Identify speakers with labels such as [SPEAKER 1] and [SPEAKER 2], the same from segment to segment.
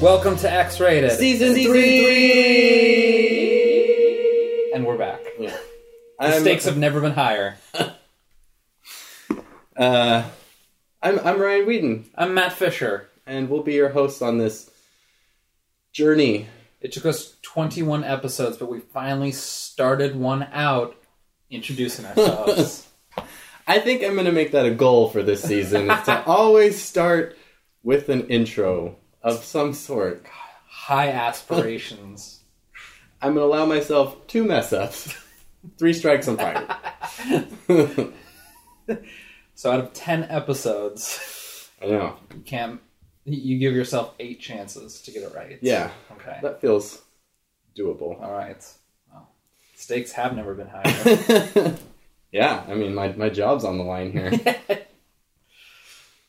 [SPEAKER 1] Welcome to X Rated.
[SPEAKER 2] Season, three.
[SPEAKER 1] and we're back.
[SPEAKER 2] Yeah.
[SPEAKER 1] The
[SPEAKER 2] I'm,
[SPEAKER 1] stakes have never been higher.
[SPEAKER 2] Uh, I'm I'm Ryan Whedon,
[SPEAKER 1] I'm Matt Fisher.
[SPEAKER 2] and we'll be your hosts on this journey.
[SPEAKER 1] It took us 21 episodes, but we finally started one out introducing ourselves.
[SPEAKER 2] I think I'm gonna make that a goal for this season: is to always start with an intro of some sort.
[SPEAKER 1] High aspirations.
[SPEAKER 2] I'm gonna allow myself two mess ups, three strikes on fire.
[SPEAKER 1] So out of 10 episodes,
[SPEAKER 2] I know.
[SPEAKER 1] you can't. You give yourself eight chances to get it right.
[SPEAKER 2] Yeah,
[SPEAKER 1] Okay.
[SPEAKER 2] that feels doable.
[SPEAKER 1] All right. Well, stakes have never been higher.
[SPEAKER 2] yeah, I mean, my my job's on the line here.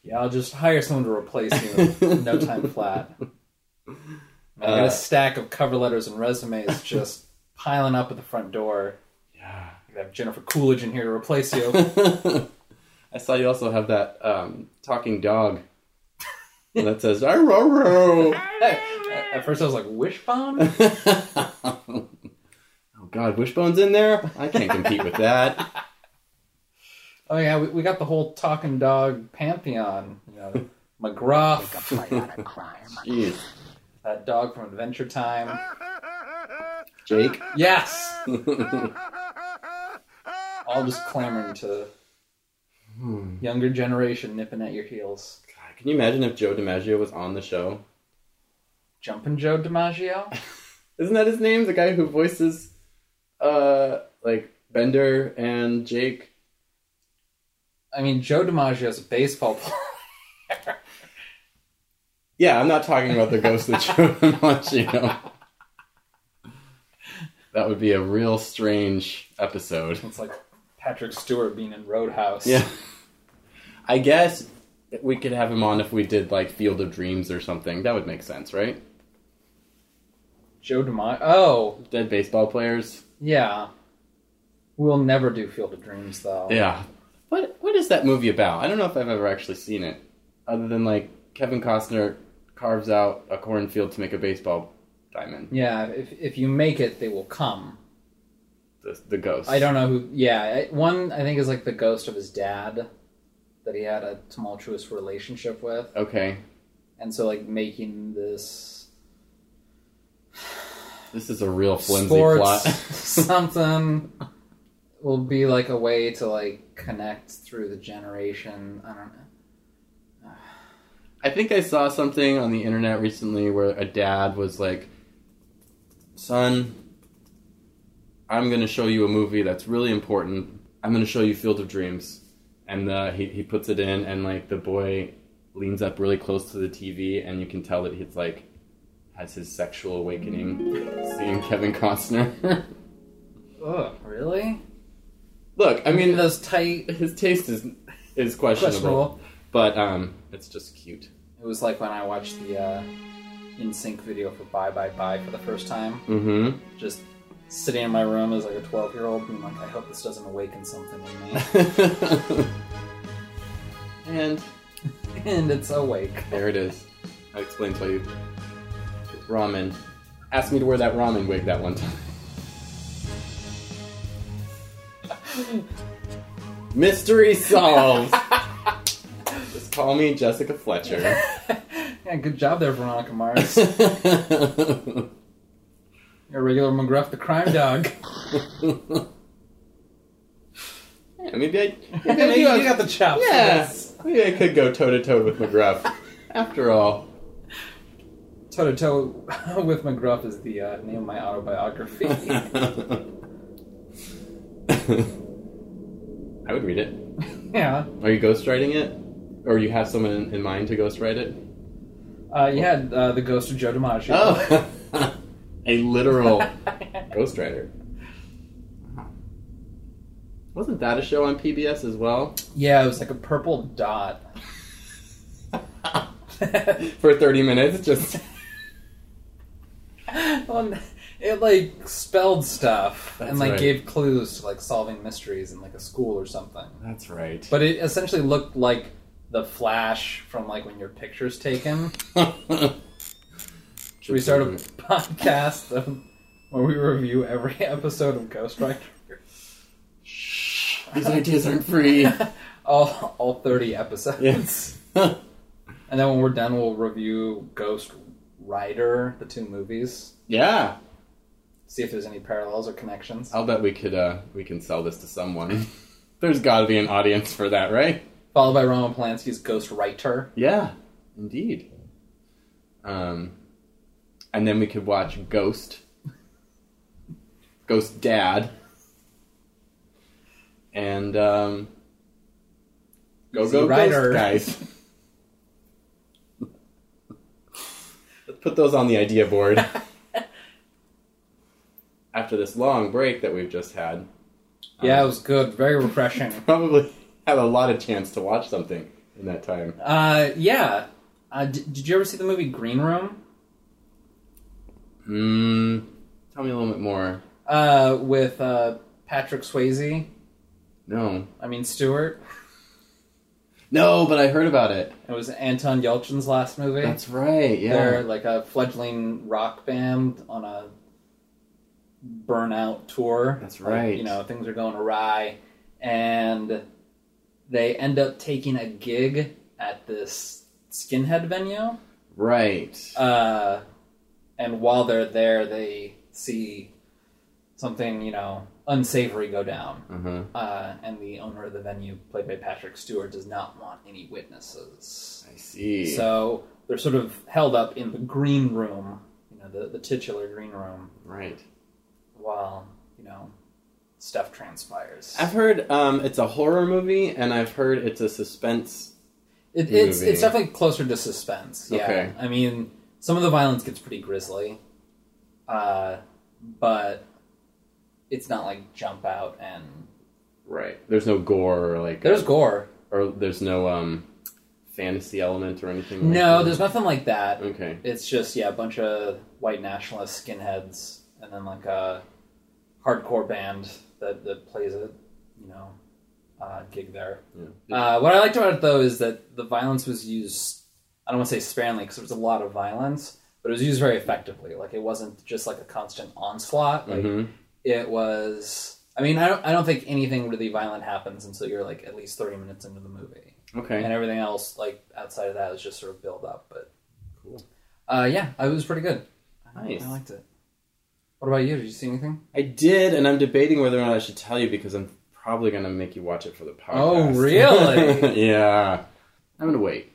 [SPEAKER 1] yeah, I'll just hire someone to replace you. in no time flat. I got
[SPEAKER 2] Uh,
[SPEAKER 1] a stack of cover letters and resumes just piling up at the front door.
[SPEAKER 2] yeah.
[SPEAKER 1] You have Jennifer Coolidge in here to replace you.
[SPEAKER 2] I saw you also have that um, talking dog that says "Arroro."
[SPEAKER 1] At first, I was like, Wishbone?
[SPEAKER 2] oh God, Wishbone's in there. I can't compete with that.
[SPEAKER 1] Oh, yeah, we, we got the whole talking dog pantheon. You know, McGruff,
[SPEAKER 2] Jeez,
[SPEAKER 1] that dog from Adventure Time.
[SPEAKER 2] Jake.
[SPEAKER 1] Yes! All just clamoring to
[SPEAKER 2] Hmm.
[SPEAKER 1] younger generation nipping at your heels.
[SPEAKER 2] God, can you imagine if Joe DiMaggio was on the show?
[SPEAKER 1] Jumpin' Joe DiMaggio?
[SPEAKER 2] Isn't that his name? The guy who voices, uh, like Bender and Jake.
[SPEAKER 1] I mean, Joe DiMaggio's a baseball player.
[SPEAKER 2] Yeah, I'm not talking about the ghost of Joe DiMaggio. That would be a real strange episode.
[SPEAKER 1] It's like Patrick Stewart being in Roadhouse.
[SPEAKER 2] Yeah. I guess we could have him on if we did like Field of Dreams or something. That would make sense, right?
[SPEAKER 1] Joe DiMaggio. Oh,
[SPEAKER 2] Dead baseball players.
[SPEAKER 1] yeah. We'll never do Field of Dreams, though.
[SPEAKER 2] Yeah. What what is that movie about? I don't know if I've ever actually seen it. Other than like Kevin Costner carves out a cornfield to make a baseball diamond.
[SPEAKER 1] Yeah, if, if you make it, they will come.
[SPEAKER 2] The, the ghost.
[SPEAKER 1] I don't know who. Yeah, I- one I think is like the ghost of his dad that he had a tumultuous relationship with.
[SPEAKER 2] Okay.
[SPEAKER 1] And so, like, making this
[SPEAKER 2] This is a real flimsy
[SPEAKER 1] sports
[SPEAKER 2] plot.
[SPEAKER 1] something will be like a way to like connect through the generation. I don't know.
[SPEAKER 2] I think I saw something on the internet recently where a dad was like, "Son, I'm going to show you a movie that's really important. I'm going to show you Field of Dreams." And uh, he he puts it in, and like the boy leans up really close to the TV, and you can tell that he's like has his sexual awakening, seeing Kevin Costner.
[SPEAKER 1] Ugh, really?
[SPEAKER 2] Look, I mean,
[SPEAKER 1] those tight
[SPEAKER 2] his taste is is questionable,
[SPEAKER 1] questionable.
[SPEAKER 2] but um, it's just cute.
[SPEAKER 1] It was like when I watched the uh, In Sync video for Bye Bye Bye for the first time.
[SPEAKER 2] Mm-hmm.
[SPEAKER 1] Just sitting in my room as like a twelve year old, being like, I hope this doesn't awaken something in me.
[SPEAKER 2] and
[SPEAKER 1] and it's awake.
[SPEAKER 2] there it is. That explains why you ramen. Asked me to wear that ramen wig that one time. Mystery solved. Oh, Just call me Jessica Fletcher.
[SPEAKER 1] Yeah, good job there, Veronica Mars. Your regular McGruff the crime dog.
[SPEAKER 2] Yeah, maybe I. Maybe, I
[SPEAKER 1] Maybe
[SPEAKER 2] do
[SPEAKER 1] you
[SPEAKER 2] have-
[SPEAKER 1] got the chops. for
[SPEAKER 2] Yeah,
[SPEAKER 1] this.
[SPEAKER 2] maybe I could go toe to toe with McGruff. After all,
[SPEAKER 1] Toe to toe with McGruff is the uh, name of my autobiography.
[SPEAKER 2] I would read it.
[SPEAKER 1] yeah.
[SPEAKER 2] Are you ghostwriting it? Or you have someone in- in mind to ghostwrite it?
[SPEAKER 1] Uh, you had uh, the ghost of Joe DiMaggio.
[SPEAKER 2] Oh! A literal ghostwriter. Wasn't that a show on PBS as well?
[SPEAKER 1] yeah, it was like a purple dot.
[SPEAKER 2] For 30 minutes, just.
[SPEAKER 1] well, it like spelled stuff
[SPEAKER 2] That's
[SPEAKER 1] and like
[SPEAKER 2] right.
[SPEAKER 1] gave clues to like solving mysteries in like a school or something.
[SPEAKER 2] That's right.
[SPEAKER 1] But it essentially looked like the flash from like when your picture's taken. Should we start a podcast of, where we review every episode of Ghost Rider?
[SPEAKER 2] Shh, these ideas aren't free.
[SPEAKER 1] all, all 30 episodes.
[SPEAKER 2] Yes. yeah,
[SPEAKER 1] And then when we're done, we'll review Ghost Rider, the two movies, see if there's any parallels or connections.
[SPEAKER 2] I'll bet we could. uh We can sell this to someone. There's got to be an audience for that, right?
[SPEAKER 1] Followed by Roman Polanski's Ghost Writer.
[SPEAKER 2] Yeah, indeed. Um, and then we could watch Ghost, Ghost Dad, and um, Go
[SPEAKER 1] Easy
[SPEAKER 2] Go
[SPEAKER 1] Rider.
[SPEAKER 2] Ghost Guys. Let's put those on the idea board. After this long break that we've just had,
[SPEAKER 1] Yeah, it was good. Very refreshing.
[SPEAKER 2] probably had a lot of chance to watch something in that time.
[SPEAKER 1] Uh, yeah. Uh, d- did you ever see the movie Green Room?
[SPEAKER 2] Mm, tell me a little bit more.
[SPEAKER 1] Uh, with uh, Patrick Swayze.
[SPEAKER 2] No.
[SPEAKER 1] I mean Stewart.
[SPEAKER 2] No, but I heard about it.
[SPEAKER 1] It was Anton Yelchin's last movie.
[SPEAKER 2] That's right. Yeah.
[SPEAKER 1] They're like a fledgling rock band on a burnout tour.
[SPEAKER 2] That's
[SPEAKER 1] Like,
[SPEAKER 2] right.
[SPEAKER 1] you know, things are going awry. And they end up taking a gig at this skinhead venue.
[SPEAKER 2] Right.
[SPEAKER 1] Uh, and while they're there, they see something, you know, unsavory go down.
[SPEAKER 2] Uh-huh.
[SPEAKER 1] Uh, and the owner of the venue, played by Patrick Stewart, does not want any witnesses.
[SPEAKER 2] I see.
[SPEAKER 1] So they're sort of held up in the green room, you know, the, the titular green room,
[SPEAKER 2] right.
[SPEAKER 1] while, you know, stuff transpires.
[SPEAKER 2] I've heard um, it's a horror movie, and I've heard it's a suspense.
[SPEAKER 1] It, it's,
[SPEAKER 2] Movie.
[SPEAKER 1] it's definitely closer to suspense. Yeah.
[SPEAKER 2] Okay.
[SPEAKER 1] I mean, some of the violence gets pretty grisly, uh, but it's not like jump out and.
[SPEAKER 2] Right. There's no gore or like. uh,
[SPEAKER 1] There's gore.
[SPEAKER 2] or there's no um, fantasy element or anything. like
[SPEAKER 1] No,
[SPEAKER 2] that?
[SPEAKER 1] there's nothing like that.
[SPEAKER 2] Okay.
[SPEAKER 1] It's just, yeah, a bunch of white nationalist skinheads and then like a hardcore band that, that plays a, you know, uh, gig there.
[SPEAKER 2] Yeah.
[SPEAKER 1] Uh, what I liked about it though is that the violence was used, I don't want to say sparingly because there was a lot of violence, but it was used very effectively. Like it wasn't just like a constant onslaught. Like
[SPEAKER 2] Mhm.
[SPEAKER 1] it was, I mean, I don't, I don't think anything really violent happens until you're like at least 30 minutes into the movie
[SPEAKER 2] Okay.
[SPEAKER 1] and everything else like outside of that is just sort of build up but
[SPEAKER 2] Cool.
[SPEAKER 1] uh yeah it was pretty good I-
[SPEAKER 2] Nice.
[SPEAKER 1] i liked it what about you did you see anything
[SPEAKER 2] I did, and I'm debating whether or not I should tell you because I'm probably going to make you watch it for the podcast.
[SPEAKER 1] Oh, really?
[SPEAKER 2] yeah. I'm going to wait.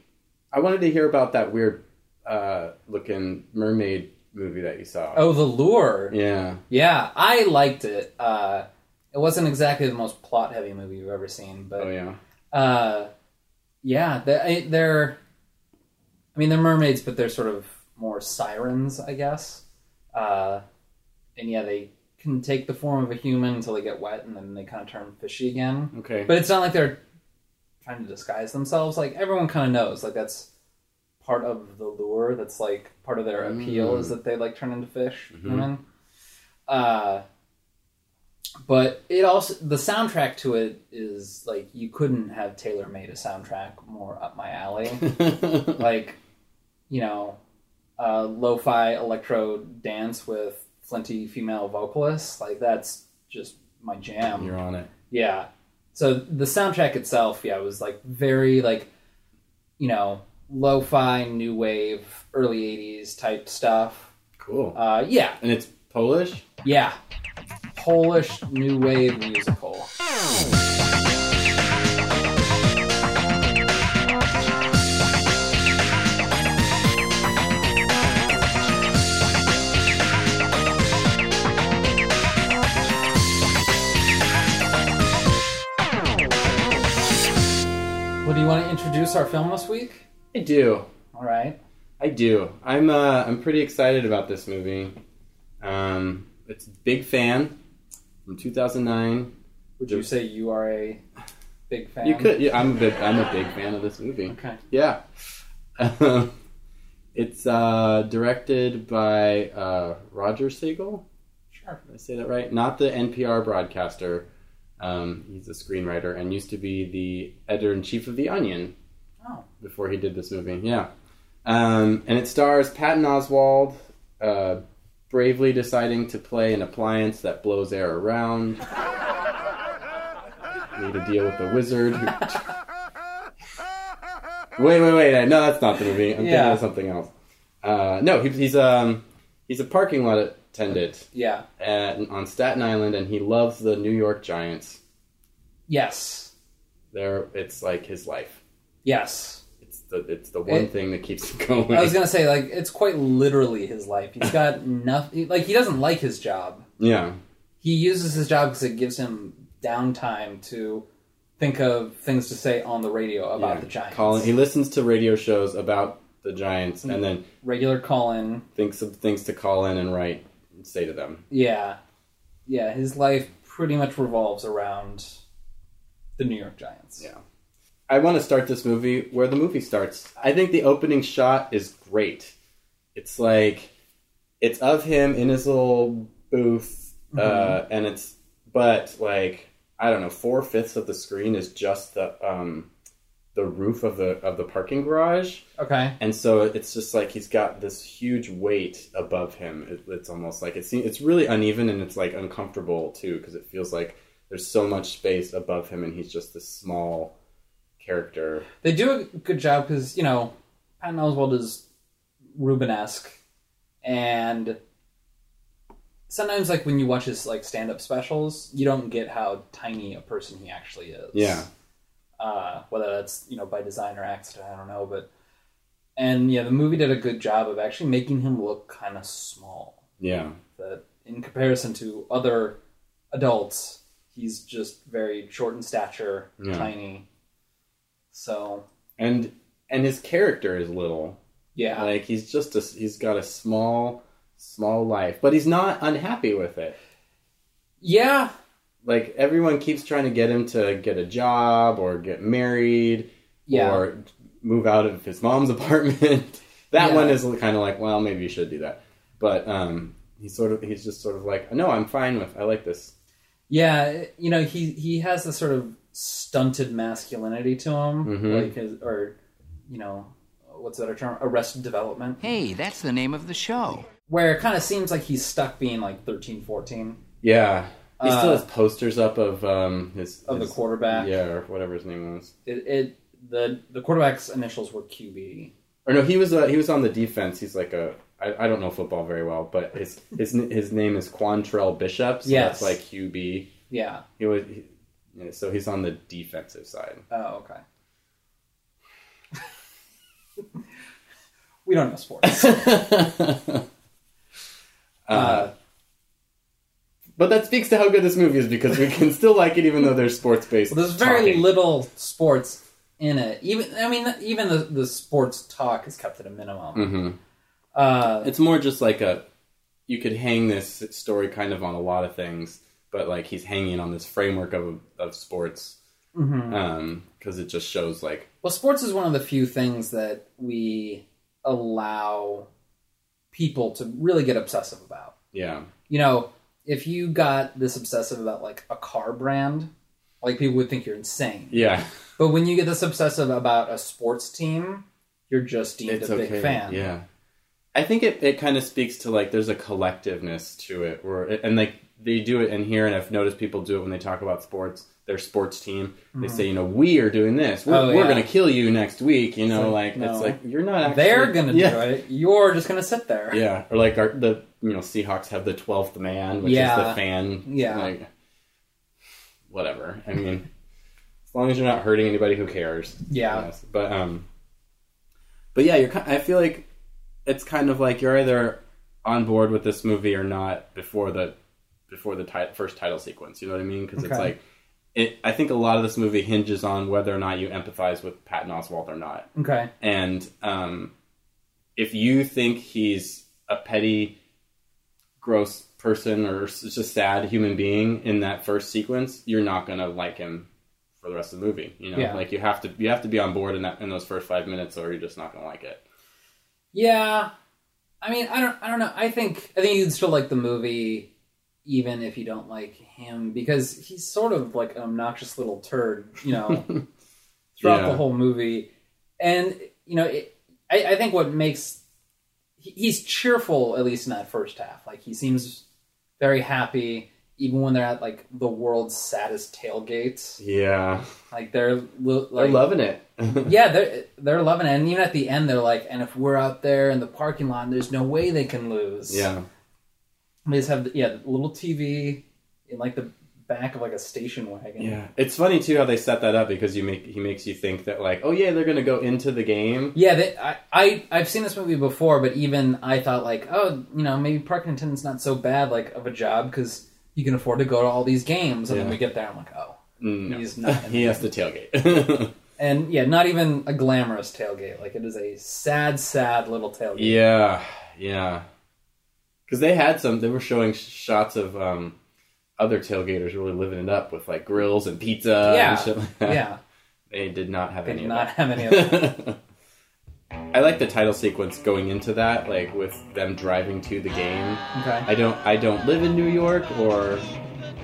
[SPEAKER 2] I wanted to hear about that weird uh, looking mermaid movie that you saw.
[SPEAKER 1] oh the lure yeah,
[SPEAKER 2] Yeah.
[SPEAKER 1] i liked it uh it wasn't exactly the most plot heavy movie you've ever seen but
[SPEAKER 2] Oh, yeah.
[SPEAKER 1] uh yeah they, I- they're i mean they're mermaids but they're sort of more sirens i guess uh and yeah they can take the form of a human until they get wet and then they kind of turn fishy again
[SPEAKER 2] Okay.
[SPEAKER 1] But it's not like they're trying to disguise themselves. Like everyone kind of knows. Like that's part of the lure. That's like part of their appeal
[SPEAKER 2] Mm.
[SPEAKER 1] is that they like turn into fish.
[SPEAKER 2] Mhm.
[SPEAKER 1] Women. Uh, but it also the soundtrack to it is like you couldn't have Taylor made a soundtrack more up my alley. like you know, uh, lo-fi electro dance with flinty female vocalists. Like that's just my jam.
[SPEAKER 2] You're on it.
[SPEAKER 1] Yeah. So the soundtrack itself, yeah, was like very like, you know, lo-fi, new wave, early '80s type stuff.
[SPEAKER 2] Cool.
[SPEAKER 1] Uh, yeah,
[SPEAKER 2] And it's Polish?
[SPEAKER 1] yeah, Polish new wave musical. Well, do you want to introduce our film this week?
[SPEAKER 2] I do.
[SPEAKER 1] All right.
[SPEAKER 2] I do. I'm uh, I'm pretty excited about this movie. Um, it's Big Fan from 2009.
[SPEAKER 1] Would you say you are a big fan?
[SPEAKER 2] You could. Yeah, I'm a big, I'm a big fan of this movie.
[SPEAKER 1] Okay.
[SPEAKER 2] Yeah. Um, it's uh, directed by uh, Roger Siegel.
[SPEAKER 1] Sure.
[SPEAKER 2] Did I say that right? Not the NPR broadcaster. Um, he's a screenwriter and used to be the editor in chief of The Onion
[SPEAKER 1] Oh.
[SPEAKER 2] before he did this movie. Yeah. Um, and it stars Patton Oswald uh, bravely deciding to play an appliance that blows air around. Made a deal with the wizard. who- wait, wait, wait! No, that's not the movie. I'm thinking
[SPEAKER 1] Yeah.
[SPEAKER 2] of something else. Uh, no, he, he's um he's a parking lot attendant
[SPEAKER 1] Yeah.
[SPEAKER 2] at, on Staten Island, and he loves the New York Giants.
[SPEAKER 1] Yes.
[SPEAKER 2] There, it's like his life.
[SPEAKER 1] Yes.
[SPEAKER 2] It's the it's the one
[SPEAKER 1] It-
[SPEAKER 2] thing that keeps him going.
[SPEAKER 1] I was gonna say like it's quite literally his life. He's got nothing. Like he doesn't like his job.
[SPEAKER 2] yeah,
[SPEAKER 1] He uses his job because it gives him downtime to think of things to say on the radio about
[SPEAKER 2] yeah.
[SPEAKER 1] the Giants.
[SPEAKER 2] Colin, he listens to radio shows about the Giants,
[SPEAKER 1] Mm-hmm.
[SPEAKER 2] and then
[SPEAKER 1] Regular Colin.
[SPEAKER 2] thinks of things to call in and write and say to them.
[SPEAKER 1] Yeah, yeah. His life pretty much revolves around the New York Giants.
[SPEAKER 2] Yeah. I want to start this movie where the movie starts. I think the opening shot is great. It's like it's of him in his little booth, uh, and it's but like I don't know, four fifths of the screen is just the um, the roof of the of the parking garage,
[SPEAKER 1] Okay.
[SPEAKER 2] and so it's just like he's got this huge weight above him. It, it's almost like it's it's really uneven and it's like uncomfortable too because it feels like there's so much space above him and he's just this small character.
[SPEAKER 1] They do a good job because you know Patton Oswald is Rubenesque, and sometimes like when you watch his like stand up specials, you don't get how tiny a person he actually is.
[SPEAKER 2] Yeah.
[SPEAKER 1] Uh, whether that's you know by design or accident, I don't know, but and yeah, the movie did a good job of actually making him look kind of small.
[SPEAKER 2] Yeah,
[SPEAKER 1] that in comparison to other adults, he's just very short in stature,
[SPEAKER 2] Yeah.
[SPEAKER 1] tiny. So
[SPEAKER 2] and and his character is little.
[SPEAKER 1] yeah,
[SPEAKER 2] Like he's just a he's got a small small life, but he's not unhappy with it.
[SPEAKER 1] yeah,
[SPEAKER 2] Like everyone keeps trying to get him to get a job or get married
[SPEAKER 1] yeah.
[SPEAKER 2] or move out of his mom's apartment. that
[SPEAKER 1] Yeah.
[SPEAKER 2] one is kind of like, well, maybe you should do that. But um, he's sort of he's just sort of like, no, I'm fine with. I like this.
[SPEAKER 1] Yeah, you know, he he has this sort of stunted masculinity to him,
[SPEAKER 2] Mhm.
[SPEAKER 1] like his, or you know, what's that term? Arrested development,
[SPEAKER 3] Hey, that's the name of the show.
[SPEAKER 1] where it kind of seems like he's stuck being like 13, 14
[SPEAKER 2] Yeah, he still
[SPEAKER 1] Uh,
[SPEAKER 2] has posters up of um his
[SPEAKER 1] of the
[SPEAKER 2] his-
[SPEAKER 1] quarterback.
[SPEAKER 2] Yeah, or whatever his name was.
[SPEAKER 1] It, it the the quarterback's initials were QB.
[SPEAKER 2] Or no, he was uh, he was on the defense. He's like a I, I don't know football very well, but his his n- his name is Quantrell Bishop. So
[SPEAKER 1] Yes.
[SPEAKER 2] that's like QB.
[SPEAKER 1] Yeah.
[SPEAKER 2] He was he, yeah, so he's on the defensive side.
[SPEAKER 1] Oh, okay. we don't know sports.
[SPEAKER 2] Uh, but that speaks to how good this movie is because we can still like it even though there's sports based.
[SPEAKER 1] There's very little sports in it. Even I mean, even the, the sports talk is kept at a minimum.
[SPEAKER 2] hmm
[SPEAKER 1] Uh,
[SPEAKER 2] It's more just like a you could hang this story kind of on a lot of things, but like he's hanging on this framework of of sports
[SPEAKER 1] mhm.
[SPEAKER 2] because it just shows like
[SPEAKER 1] Well, sports is one of the few things that we allow people to really get obsessive about.
[SPEAKER 2] yeah
[SPEAKER 1] You know, if you got this obsessive about like a car brand, like people would think you're insane.
[SPEAKER 2] yeah
[SPEAKER 1] But when you get this obsessive about a sports team, you're just deemed
[SPEAKER 2] it's
[SPEAKER 1] a
[SPEAKER 2] okay
[SPEAKER 1] big fan.
[SPEAKER 2] yeah. I think it, it kind of speaks to like there's a collectiveness to it, where and like they do it in here, and I've noticed people do it when they talk about sports, their sports team. They say, you know, we are doing this. We're,
[SPEAKER 1] Mm-hmm. Oh,
[SPEAKER 2] we're
[SPEAKER 1] yeah.
[SPEAKER 2] gonna kill you next week. You know,
[SPEAKER 1] like,
[SPEAKER 2] like,
[SPEAKER 1] no.
[SPEAKER 2] it's like you're not. Actually,
[SPEAKER 1] They're gonna
[SPEAKER 2] yeah.
[SPEAKER 1] do it. You're just gonna sit there.
[SPEAKER 2] Yeah, or like our, the you know Seahawks have the twelfth man, which is
[SPEAKER 1] Yeah.
[SPEAKER 2] the fan.
[SPEAKER 1] Yeah.
[SPEAKER 2] like, whatever. I mean, as long as you're not hurting anybody, who cares?
[SPEAKER 1] Yeah.
[SPEAKER 2] Yes. but um, but yeah, you're. ki- I feel like it's kind of like you're either on board with this movie or not before the before the ti- first title sequence. You know what I mean? Because it's
[SPEAKER 1] Okay.
[SPEAKER 2] like. It, I think a lot of this movie hinges on whether or not you empathize with Patton Oswalt or not
[SPEAKER 1] Okay.
[SPEAKER 2] and um, if you think he's a petty, gross person or s- just a sad human being in that first sequence, you're not gonna like him for the rest of the movie. You know,
[SPEAKER 1] Yeah.
[SPEAKER 2] like you have to you have to be on board in that in those first five minutes, or you're just not gonna like it.
[SPEAKER 1] Yeah. I mean, I don't. I don't know. I think. I think you'd still like the movie, even if you don't like him, because he's sort of like an obnoxious little turd. You
[SPEAKER 2] Oh.
[SPEAKER 1] know, throughout
[SPEAKER 2] Yeah.
[SPEAKER 1] the whole movie, and you know, it, I, I think what makes he- he's cheerful at least in that first half. Like he seems very happy, even when they're at like the world's saddest tailgates.
[SPEAKER 2] Yeah,
[SPEAKER 1] Like they're li-
[SPEAKER 2] they're
[SPEAKER 1] like
[SPEAKER 2] loving it.
[SPEAKER 1] yeah, they're they're loving it. And even at the end, they're like, and if we're out there in the parking lot, there's no way they can lose.
[SPEAKER 2] yeah,
[SPEAKER 1] they just have the, yeah, the little TV in like the back of like a station wagon.
[SPEAKER 2] yeah. It's funny too how they set that up because you make he makes you think that like, oh yeah, they're gonna go into the game.
[SPEAKER 1] Yeah, they, I, I I've seen this movie before, but even I thought like, oh, you know, maybe parking attendant's not so bad like of a job because you can afford to go to all these games, and
[SPEAKER 2] Yeah.
[SPEAKER 1] then we get there, I'm like, oh,
[SPEAKER 2] Mm, No.
[SPEAKER 1] he's not.
[SPEAKER 2] he has to tailgate.
[SPEAKER 1] and yeah, not even a glamorous tailgate. Like it is a sad, sad little tailgate.
[SPEAKER 2] Yeah, yeah. Because they had some, they were showing sh- shots of um, other tailgaters really living it up with like grills and pizza
[SPEAKER 1] Yeah.
[SPEAKER 2] and shit like that.
[SPEAKER 1] yeah,
[SPEAKER 2] They did not have
[SPEAKER 1] they
[SPEAKER 2] any
[SPEAKER 1] did
[SPEAKER 2] of
[SPEAKER 1] not
[SPEAKER 2] that.
[SPEAKER 1] have any of that.
[SPEAKER 2] I like the title sequence going into that, like with them driving to the game.
[SPEAKER 1] Okay.
[SPEAKER 2] I don't, I don't live in New York or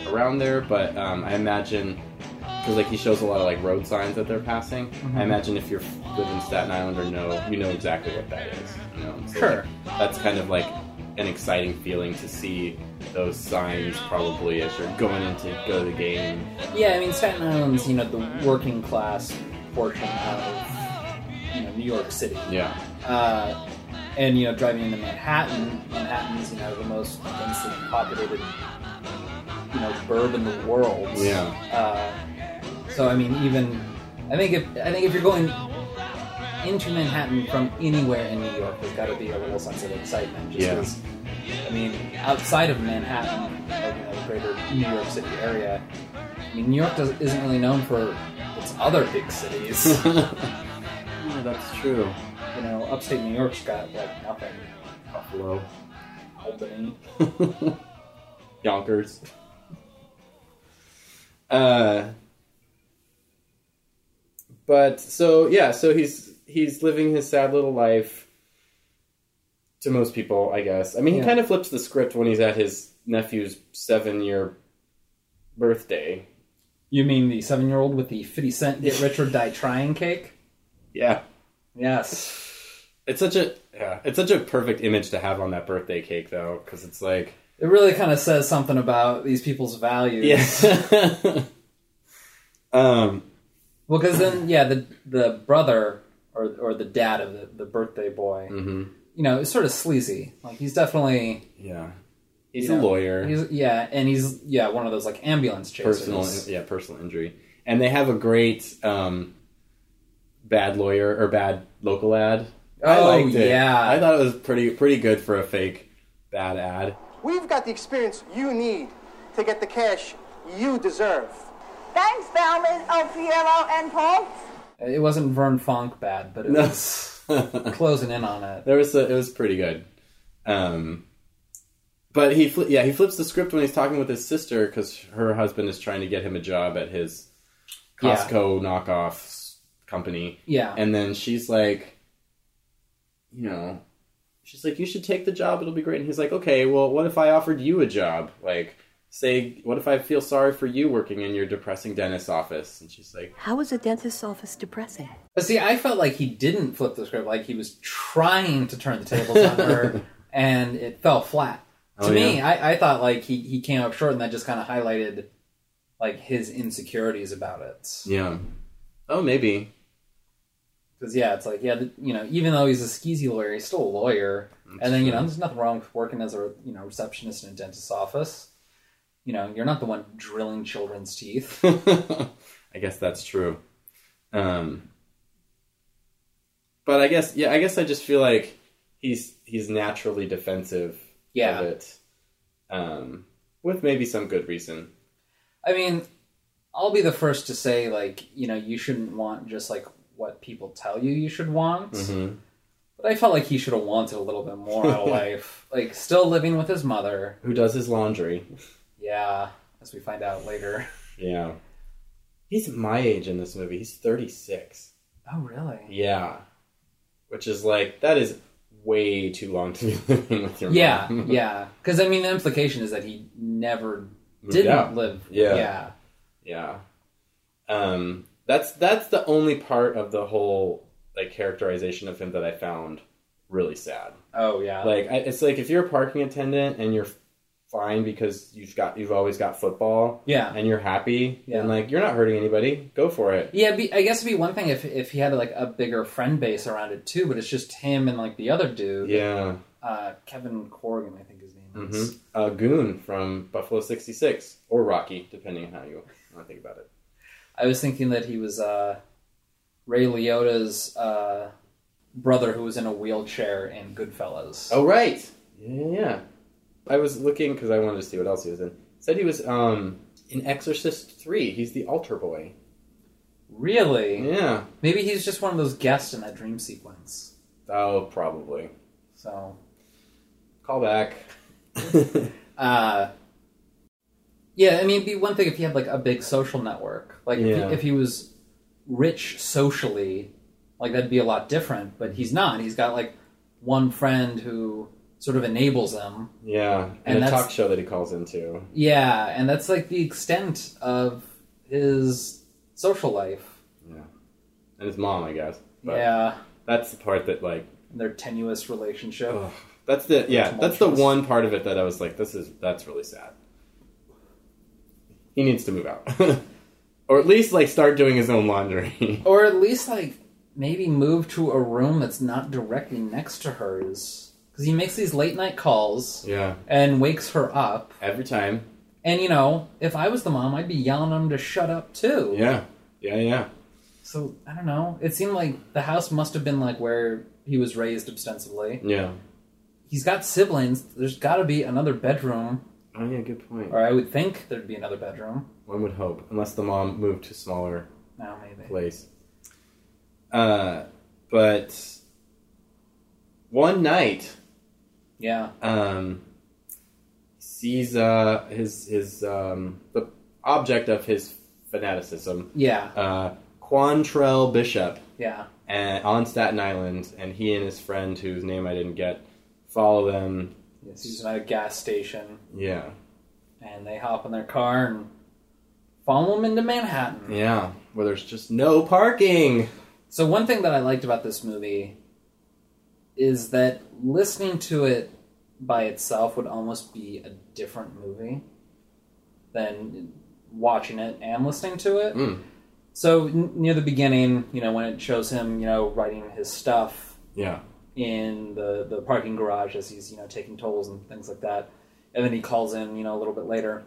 [SPEAKER 2] around there, but um, I imagine because like he shows a lot of like road signs that they're passing.
[SPEAKER 1] Mm-hmm.
[SPEAKER 2] I imagine if you're live in Staten Island or no, you know exactly what that is. You know? So,
[SPEAKER 1] Sure.
[SPEAKER 2] like, that's kind of like an exciting feeling to see those signs probably as you're going into go to the game.
[SPEAKER 1] Yeah, I mean Staten Island's you know the working class portion of you know New York City,
[SPEAKER 2] Yeah,
[SPEAKER 1] uh, and you know driving into Manhattan. Manhatten's you know the most densely populated you know burb in the world.
[SPEAKER 2] yeah,
[SPEAKER 1] Uh, so I mean even I think if I think if you're going into Manhattan from anywhere in New York, there's got to be a little sense of excitement. Just
[SPEAKER 2] Yeah.
[SPEAKER 1] 'cause, I mean, outside of Manhattan, like, you know, the greater New York City area, I mean, New York does, isn't really known for its other big cities.
[SPEAKER 2] Yeah, that's true.
[SPEAKER 1] you know, upstate New York's got like nothing.
[SPEAKER 2] Buffalo,
[SPEAKER 1] Albany.
[SPEAKER 2] Yonkers. Uh, but so yeah, so he's he's living his sad little life. To most people, I guess. I mean, he
[SPEAKER 1] Yeah.
[SPEAKER 2] kind of flips the script when he's at his nephew's seven-year birthday.
[SPEAKER 1] You mean the seven-year-old with the fifty-cent get rich or die trying cake?
[SPEAKER 2] Yeah,
[SPEAKER 1] Yes.
[SPEAKER 2] it's such a yeah, it's such a perfect image to have on that birthday cake, though, because it's like
[SPEAKER 1] It really kind of says something about these people's values.
[SPEAKER 2] yeah. um.
[SPEAKER 1] Well, because then, yeah, the the brother or or the dad of the, the birthday boy,
[SPEAKER 2] mhm.
[SPEAKER 1] you know, is sort of sleazy. Like he's definitely
[SPEAKER 2] Yeah. He's
[SPEAKER 1] you
[SPEAKER 2] a
[SPEAKER 1] know,
[SPEAKER 2] lawyer.
[SPEAKER 1] He's, yeah, and he's yeah one of those like ambulance chasers.
[SPEAKER 2] personal, yeah, personal injury. And they have a great um, bad lawyer or bad local ad. I
[SPEAKER 1] Oh,
[SPEAKER 2] liked it.
[SPEAKER 1] yeah.
[SPEAKER 2] I thought it was pretty pretty good for a fake bad ad.
[SPEAKER 4] We've got the experience you need to get the cash you deserve.
[SPEAKER 5] Thanks, Bellman, Opiello, and Polk.
[SPEAKER 1] It wasn't Vern Funk bad, but it was
[SPEAKER 2] there
[SPEAKER 1] closing in on it.
[SPEAKER 2] was a, it was pretty good. Um, but he fli yeah he flips the script when he's talking with his sister because her husband is trying to get him a job at his
[SPEAKER 1] Yeah.
[SPEAKER 2] Costco knockoff s- company.
[SPEAKER 1] Yeah,
[SPEAKER 2] And then she's like, you know, she's like, you should take the job. It'll be great. And he's like, okay, well, what if I offered you a job? Like, say, what if I feel sorry for you working in your depressing dentist's office? And she's like,
[SPEAKER 6] How is a dentist's office depressing?
[SPEAKER 1] but see, I felt like he didn't flip the script. Like he was trying to turn the tables on her, and it fell flat. To
[SPEAKER 2] Oh,
[SPEAKER 1] me, I, I thought like he he came up short, and that just kind of highlighted like his insecurities about it.
[SPEAKER 2] yeah, oh, maybe.
[SPEAKER 1] Because yeah, it's like yeah, the, you know, even though he's a skeezy lawyer, he's still a lawyer. and then you know,
[SPEAKER 2] true.
[SPEAKER 1] there's nothing wrong with working as a you know receptionist in a dentist's office. You know, you're not the one drilling children's teeth.
[SPEAKER 2] I guess that's true. Um, but I guess, yeah, I guess I just feel like he's he's naturally defensive
[SPEAKER 1] Yeah.
[SPEAKER 2] of it, um, with maybe some good reason.
[SPEAKER 1] I mean, I'll be the first to say like you know you shouldn't want just like what people tell you you should want.
[SPEAKER 2] Mm-hmm.
[SPEAKER 1] But I felt like he should have wanted a little bit more out of life. Like still living with his mother.
[SPEAKER 2] Who does his laundry?
[SPEAKER 1] Yeah, as we find out later.
[SPEAKER 2] Yeah. He's my age in this movie. He's 36.
[SPEAKER 1] Oh really?
[SPEAKER 2] Yeah. Which is like, that is way too long to be living with your
[SPEAKER 1] Yeah,
[SPEAKER 2] mom.
[SPEAKER 1] yeah. Because I mean, the implication is that he never didn't
[SPEAKER 2] Yeah.
[SPEAKER 1] live.
[SPEAKER 2] Yeah.
[SPEAKER 1] yeah.
[SPEAKER 2] Yeah. Um, that's, that's the only part of the whole, like, characterization of him that I found really sad.
[SPEAKER 1] Oh yeah.
[SPEAKER 2] Like I, it's like if you're a parking attendant and you're fine because you've got you've always got football
[SPEAKER 1] yeah.
[SPEAKER 2] and you're happy
[SPEAKER 1] Yeah.
[SPEAKER 2] and like you're not hurting anybody, go for it.
[SPEAKER 1] Yeah, be, I guess it'd be one thing if if he had like a bigger friend base around it too, but it's just him and like the other dude,
[SPEAKER 2] Yeah.
[SPEAKER 1] uh, Kevin Corrigan, I think his name
[SPEAKER 2] hmm
[SPEAKER 1] is.
[SPEAKER 2] Uh, Goon from Buffalo '66 or Rocky, depending on how you want to think about it.
[SPEAKER 1] I was thinking that he was uh, Ray Liotta's uh, brother who was in a wheelchair in Goodfellas.
[SPEAKER 2] Oh right, yeah, yeah, yeah. I was looking because I wanted to see what else he was in. Said he was um, in Exorcist Three. He's the altar boy.
[SPEAKER 1] really?
[SPEAKER 2] Yeah.
[SPEAKER 1] Maybe he's just one of those guests in that dream sequence.
[SPEAKER 2] Oh, probably.
[SPEAKER 1] So,
[SPEAKER 2] Call back.
[SPEAKER 1] uh, yeah, I mean, it'd be one thing if he had like a big social network. Like if,
[SPEAKER 2] Yeah.
[SPEAKER 1] he, if he was rich socially, like that'd be a lot different. But he's not. He's got like one friend who sort of enables him.
[SPEAKER 2] yeah,
[SPEAKER 1] And
[SPEAKER 2] and, a
[SPEAKER 1] that's-
[SPEAKER 2] talk show that he calls into.
[SPEAKER 1] Yeah, and that's like the extent of his social life.
[SPEAKER 2] and his mom, I guess. But
[SPEAKER 1] yeah,
[SPEAKER 2] that's the part that like
[SPEAKER 1] and their tenuous relationship.
[SPEAKER 2] that's the yeah
[SPEAKER 1] That's
[SPEAKER 2] that's the
[SPEAKER 1] monstrous.
[SPEAKER 2] one part of it that I was like this is that's really sad. He needs to move out, or at least like start doing his own laundry.
[SPEAKER 1] Or at least like maybe move to a room that's not directly next to hers. Because he makes these late night calls
[SPEAKER 2] yeah,
[SPEAKER 1] and wakes her up.
[SPEAKER 2] every time.
[SPEAKER 1] And you know, if I was the mom, I'd be yelling at him to shut up too.
[SPEAKER 2] Yeah, yeah, yeah.
[SPEAKER 1] So I don't know. It seemed like the house must have been like where he was raised ostensibly.
[SPEAKER 2] Yeah.
[SPEAKER 1] He's got siblings. There's got to be another bedroom,
[SPEAKER 2] Oh yeah, good point.
[SPEAKER 1] or I would think there'd be another bedroom.
[SPEAKER 2] One would hope, unless the mom moved to smaller
[SPEAKER 1] No, maybe.
[SPEAKER 2] place. Uh, but one night,
[SPEAKER 1] Yeah.
[SPEAKER 2] um, sees uh, his his um, the object of his fanaticism,
[SPEAKER 1] Yeah.
[SPEAKER 2] uh, Quantrell Bishop,
[SPEAKER 1] Yeah.
[SPEAKER 2] and, on Staten Island, and he and his friend, whose name I didn't get, follow them.
[SPEAKER 1] Yes, he's at a gas station,
[SPEAKER 2] Yeah,
[SPEAKER 1] and they hop in their car and follow him into Manhattan.
[SPEAKER 2] yeah, where there's just no parking.
[SPEAKER 1] So one thing that I liked about this movie is that listening to it by itself would almost be a different movie than watching it and listening to it.
[SPEAKER 2] Mm.
[SPEAKER 1] So n- near the beginning, you know, when it shows him, you know, writing his stuff
[SPEAKER 2] Yeah,
[SPEAKER 1] in the the parking garage as he's you know taking tolls and things like that, and then he calls in you know a little bit later.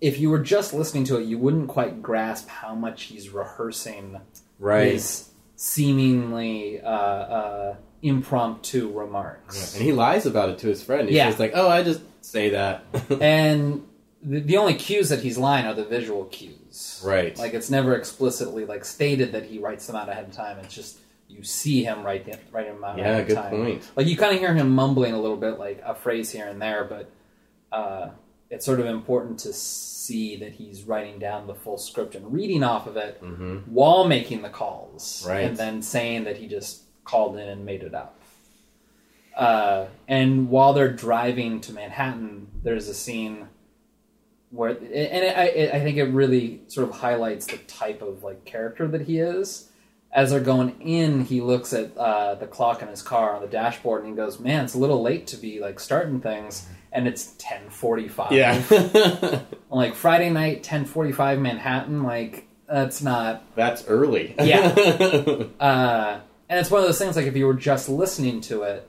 [SPEAKER 1] If you were just listening to it, you wouldn't quite grasp how much he's rehearsing
[SPEAKER 2] right.
[SPEAKER 1] his seemingly uh, uh, impromptu remarks.
[SPEAKER 2] And he lies about it to his friend. He's
[SPEAKER 1] Yeah.
[SPEAKER 2] just like, "Oh, I just say that."
[SPEAKER 1] And the, the only cues that he's lying are the visual cues.
[SPEAKER 2] Right.
[SPEAKER 1] Like it's never explicitly like stated that he writes them out ahead of time. It's just you see him write them, write them out
[SPEAKER 2] Yeah,
[SPEAKER 1] ahead of
[SPEAKER 2] good
[SPEAKER 1] time.
[SPEAKER 2] point.
[SPEAKER 1] Like you kind of hear him mumbling a little bit, like a phrase here and there, but uh, it's sort of important to see that he's writing down the full script and reading off of it while making the calls,
[SPEAKER 2] Right.
[SPEAKER 1] And then saying that he just called in and made it up. Uh, and while they're driving to Manhattan, there's a scene where, and it, I, it, I think it really sort of highlights the type of like character that he is. As they're going in, he looks at uh, the clock in his car on the dashboard, and he goes, "Man, it's a little late to be like starting things." And it's ten forty-five.
[SPEAKER 2] yeah,
[SPEAKER 1] like Friday night, ten forty-five, Manhattan. Like that's not
[SPEAKER 2] that's early.
[SPEAKER 1] Yeah. uh, and it's one of those things like if you were just listening to it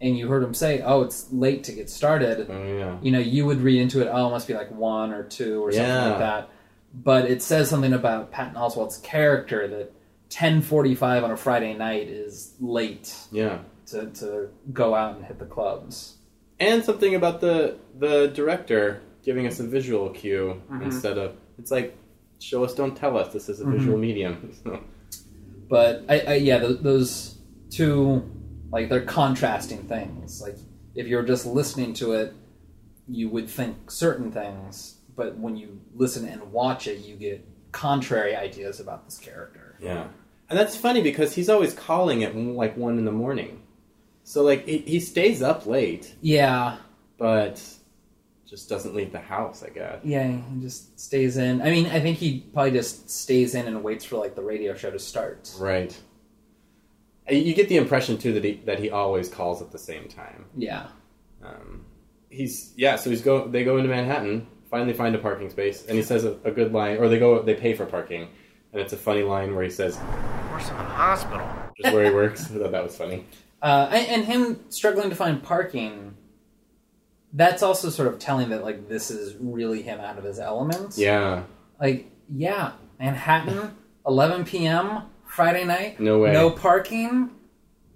[SPEAKER 1] and you heard him say, "Oh, it's late to get started,"
[SPEAKER 2] Oh, yeah.
[SPEAKER 1] you know, you would read into it. Oh, it must be like one or two or something
[SPEAKER 2] Yeah.
[SPEAKER 1] like that. But it says something about Patton Oswald's character that ten forty-five on a Friday night is late
[SPEAKER 2] Yeah.
[SPEAKER 1] to to go out and hit the clubs.
[SPEAKER 2] And something about the the director giving us a visual cue instead of it's like show us, don't tell us. This is a
[SPEAKER 1] Mm-hmm.
[SPEAKER 2] visual medium. So,
[SPEAKER 1] but I, I yeah, th- those two like they're contrasting things. Like if you're just listening to it, you would think certain things, but when you listen and watch it, you get contrary ideas about this character.
[SPEAKER 2] yeah. And that's funny because he's always calling at like one in the morning. So like he, he stays up late,
[SPEAKER 1] Yeah,
[SPEAKER 2] but just doesn't leave the house. I guess.
[SPEAKER 1] yeah, he just stays in. I mean, I think he probably just stays in and waits for like the radio show to start.
[SPEAKER 2] Right. you get the impression too that he that he always calls at the same time.
[SPEAKER 1] Yeah.
[SPEAKER 2] Um, he's yeah. So he's go. They go into Manhattan. Finally, find a parking space, and he says a, a good line, or they go. They pay for parking, and it's a funny line where he says,
[SPEAKER 7] Worse than the hospital.
[SPEAKER 2] "Just where he works." I thought that was funny.
[SPEAKER 1] Uh, and, and him struggling to find parking. That's also sort of telling that like this is really him out of his elements.
[SPEAKER 2] Yeah.
[SPEAKER 1] Like yeah, Manhattan, 11 p.m. Friday night.
[SPEAKER 2] No way.
[SPEAKER 1] No parking.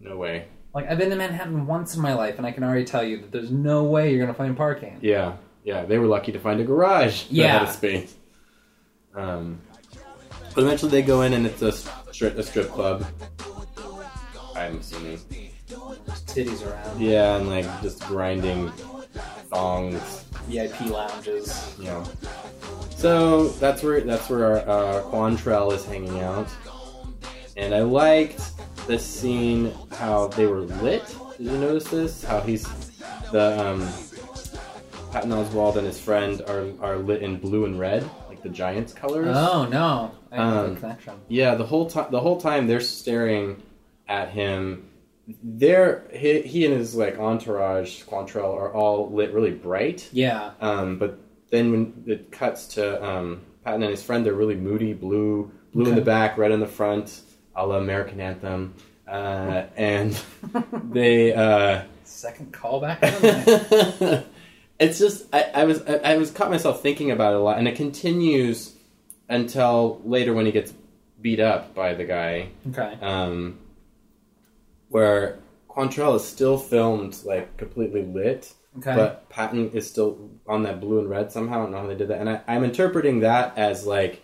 [SPEAKER 2] No way.
[SPEAKER 1] Like I've been to Manhattan once in my life, and I can already tell you that there's no way you're gonna find parking.
[SPEAKER 2] Yeah. Yeah. They were lucky to find a garage. That
[SPEAKER 1] Yeah.
[SPEAKER 2] Had a space. Um. But eventually they go in and it's a strip, a strip club. I'm assuming.
[SPEAKER 1] Titties around.
[SPEAKER 2] Yeah, and like just grinding thongs.
[SPEAKER 1] VIP lounges.
[SPEAKER 2] you know. So that's where that's where uh, Quantrell is hanging out, and I liked the scene how they were lit. Did you notice this? How he's the um, Patton Oswald and his friend are are lit in blue and red, like the Giants colors.
[SPEAKER 1] Oh no! I have
[SPEAKER 2] Um,
[SPEAKER 1] a connection.
[SPEAKER 2] Yeah, the whole time the whole time they're staring at him. They're he, he and his like entourage Quantrell are all lit really bright.
[SPEAKER 1] Yeah.
[SPEAKER 2] Um, but then when it cuts to um, Patton and his friend, they're really moody, blue, blue in the back, red in the front, a la American Anthem. Uh, and they, uh,
[SPEAKER 1] Second callback. of the night.
[SPEAKER 2] it's just I, I was I, I was caught myself thinking about it a lot, and it continues until later when he gets beat up by the guy
[SPEAKER 1] okay.
[SPEAKER 2] um, where Quantrell is still filmed like completely lit,
[SPEAKER 1] Okay.
[SPEAKER 2] but Patton is still on that blue and red somehow. I don't know how they did that, and I, I'm interpreting that as like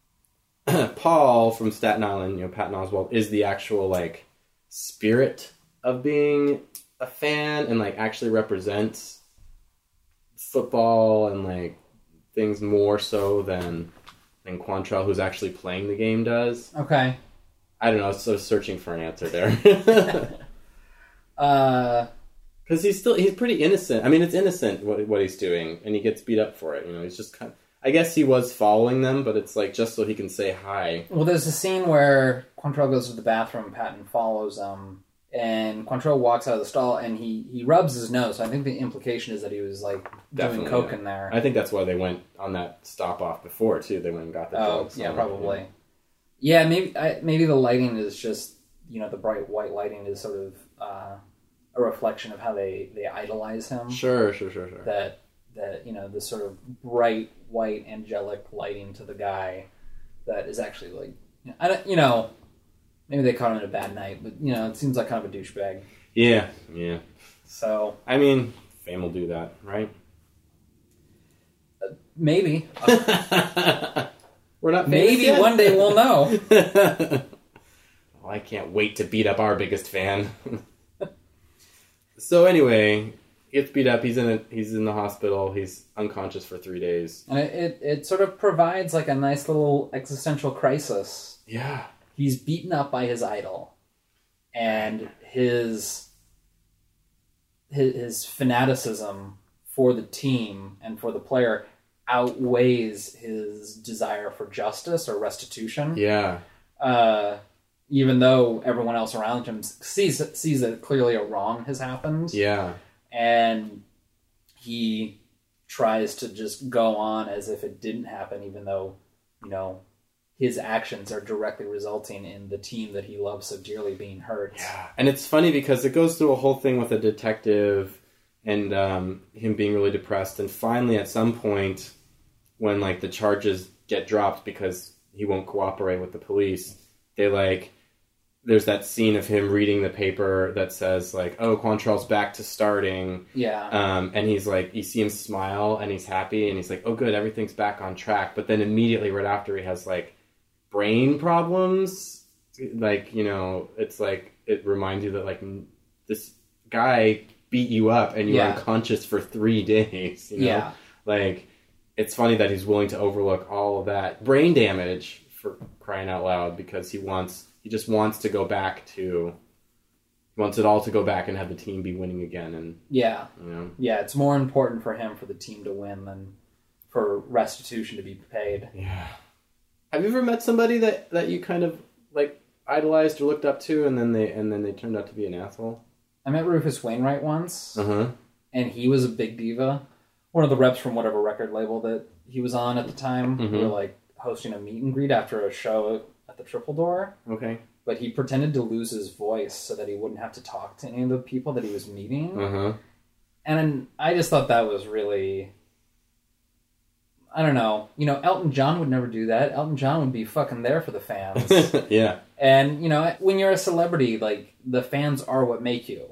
[SPEAKER 2] Paul from Staten Island, you know, Patton Oswald is the actual like spirit of being a fan and like actually represents football and like things more so than than Quantrell, who's actually playing the game, does.
[SPEAKER 1] Okay.
[SPEAKER 2] I don't know. So searching for an answer there,
[SPEAKER 1] Uh,
[SPEAKER 2] because he's still he's pretty innocent. I mean, it's innocent what what he's doing, and he gets beat up for it. You know, he's just kind. Of, I guess he was following them, but it's like just so he can say hi.
[SPEAKER 1] well, there's a scene where Quantrell goes to the bathroom. Patton follows him, and Quantrell walks out of the stall, and he he rubs his nose. So I think the implication is that he was like doing
[SPEAKER 2] Definitely,
[SPEAKER 1] coke
[SPEAKER 2] yeah.
[SPEAKER 1] in there.
[SPEAKER 2] I think that's why they went on that stop off before too. They went and got the
[SPEAKER 1] oh,
[SPEAKER 2] drugs.
[SPEAKER 1] yeah,
[SPEAKER 2] on it,
[SPEAKER 1] probably. Yeah, maybe I, maybe the lighting is just you know the bright white lighting is sort of uh, a reflection of how they they idolize him.
[SPEAKER 2] Sure, sure, sure, sure.
[SPEAKER 1] that that you know this sort of bright white angelic lighting to the guy that is actually like I don't you know maybe they caught him in a bad night but you know it seems like kind of a douchebag
[SPEAKER 2] Yeah, yeah.
[SPEAKER 1] so
[SPEAKER 2] I mean, fame will do that, right?
[SPEAKER 1] maybe
[SPEAKER 2] We're not famous
[SPEAKER 1] maybe
[SPEAKER 2] yet.
[SPEAKER 1] one day we'll know
[SPEAKER 2] Well, I can't wait to beat up our biggest fan. so anyway, he gets beat up. He's in a, he's in the hospital. He's unconscious for three days.
[SPEAKER 1] and it, it it sort of provides like a nice little existential crisis
[SPEAKER 2] Yeah,
[SPEAKER 1] he's beaten up by his idol and his his, his fanaticism for the team and for the player outweighs his desire for justice or restitution
[SPEAKER 2] yeah,
[SPEAKER 1] uh, even though everyone else around him sees sees that clearly a wrong has happened
[SPEAKER 2] yeah,
[SPEAKER 1] and he tries to just go on as if it didn't happen even though you know his actions are directly resulting in the team that he loves so dearly being hurt
[SPEAKER 2] yeah. And it's funny because it goes through a whole thing with a detective and um, him being really depressed. And finally, at some point, when like the charges get dropped because he won't cooperate with the police, they like there's that scene of him reading the paper that says like, "Oh, Quantrell's back to starting."
[SPEAKER 1] yeah
[SPEAKER 2] Um, and he's like, you see him smile and he's happy and he's like, oh, good, everything's back on track. But then immediately right after, he has like brain problems. Like, you know, it's like, it reminds you that like n- this guy beat you up and you were
[SPEAKER 1] Yeah.
[SPEAKER 2] unconscious for three days. You know?
[SPEAKER 1] Yeah.
[SPEAKER 2] Like, it's funny that he's willing to overlook all of that brain damage for crying out loud because he wants, he just wants to go back to, wants it all to go back and have the team be winning again. And,
[SPEAKER 1] yeah
[SPEAKER 2] you know,
[SPEAKER 1] yeah it's more important for him for the team to win than for restitution to be paid
[SPEAKER 2] Have you ever met somebody that that you kind of like idolized or looked up to, and then they and then they turned out to be an asshole.
[SPEAKER 1] I met Rufus Wainwright once,
[SPEAKER 2] Uh huh.
[SPEAKER 1] and he was a big diva. One of the reps from whatever record label that he was on at the time
[SPEAKER 2] Mm-hmm.
[SPEAKER 1] we were like hosting a meet and greet after a show at the Triple Door.
[SPEAKER 2] Okay.
[SPEAKER 1] But he pretended to lose his voice so that he wouldn't have to talk to any of the people that he was meeting.
[SPEAKER 2] Uh huh.
[SPEAKER 1] And I just thought that was really. I don't know. You know, Elton John would never do that. Elton John would be fucking there for the fans.
[SPEAKER 2] yeah.
[SPEAKER 1] and, you know, when you're a celebrity, like, the fans are what make you.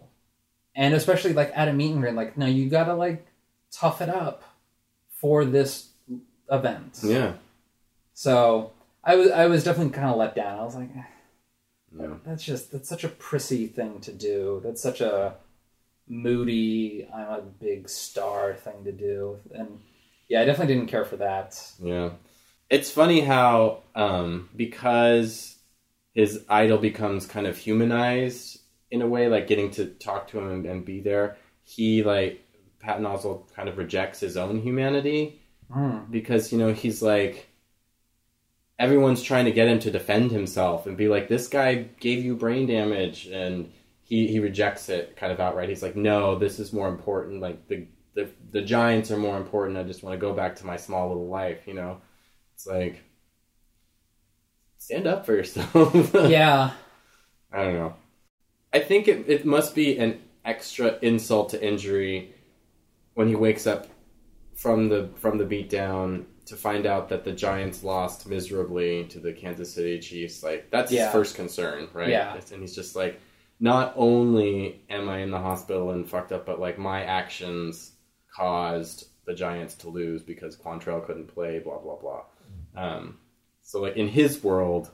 [SPEAKER 1] And especially, like, at a meet and greet, like, no, you gotta, like, tough it up for this event.
[SPEAKER 2] Yeah.
[SPEAKER 1] So I was, I was definitely kind of let down. I was like, "Eh,
[SPEAKER 2] Yeah.
[SPEAKER 1] that's just, that's such a prissy thing to do. That's such a moody, I'm a big star thing to do. And yeah, I definitely didn't care for that.
[SPEAKER 2] Yeah. It's funny how um because his idol becomes kind of humanized in a way, like getting to talk to him and, and be there, he like Patton also kind of rejects his own humanity because you know he's like everyone's trying to get him to defend himself and be like this guy gave you brain damage and he he rejects it kind of outright he's like no this is more important like the the, the giants are more important i just want to go back to my small little life you know it's like stand up for yourself
[SPEAKER 1] yeah.
[SPEAKER 2] I don't know. I think it, it must be an extra insult to injury when he wakes up from the from the beatdown to find out that the Giants lost miserably to the Kansas City Chiefs. Like that's
[SPEAKER 1] Yeah.
[SPEAKER 2] his first concern, right?
[SPEAKER 1] Yeah.
[SPEAKER 2] And he's just like, not only am I in the hospital and fucked up, but like my actions caused the Giants to lose because Quantrell couldn't play. Blah blah blah. Um, so like in his world,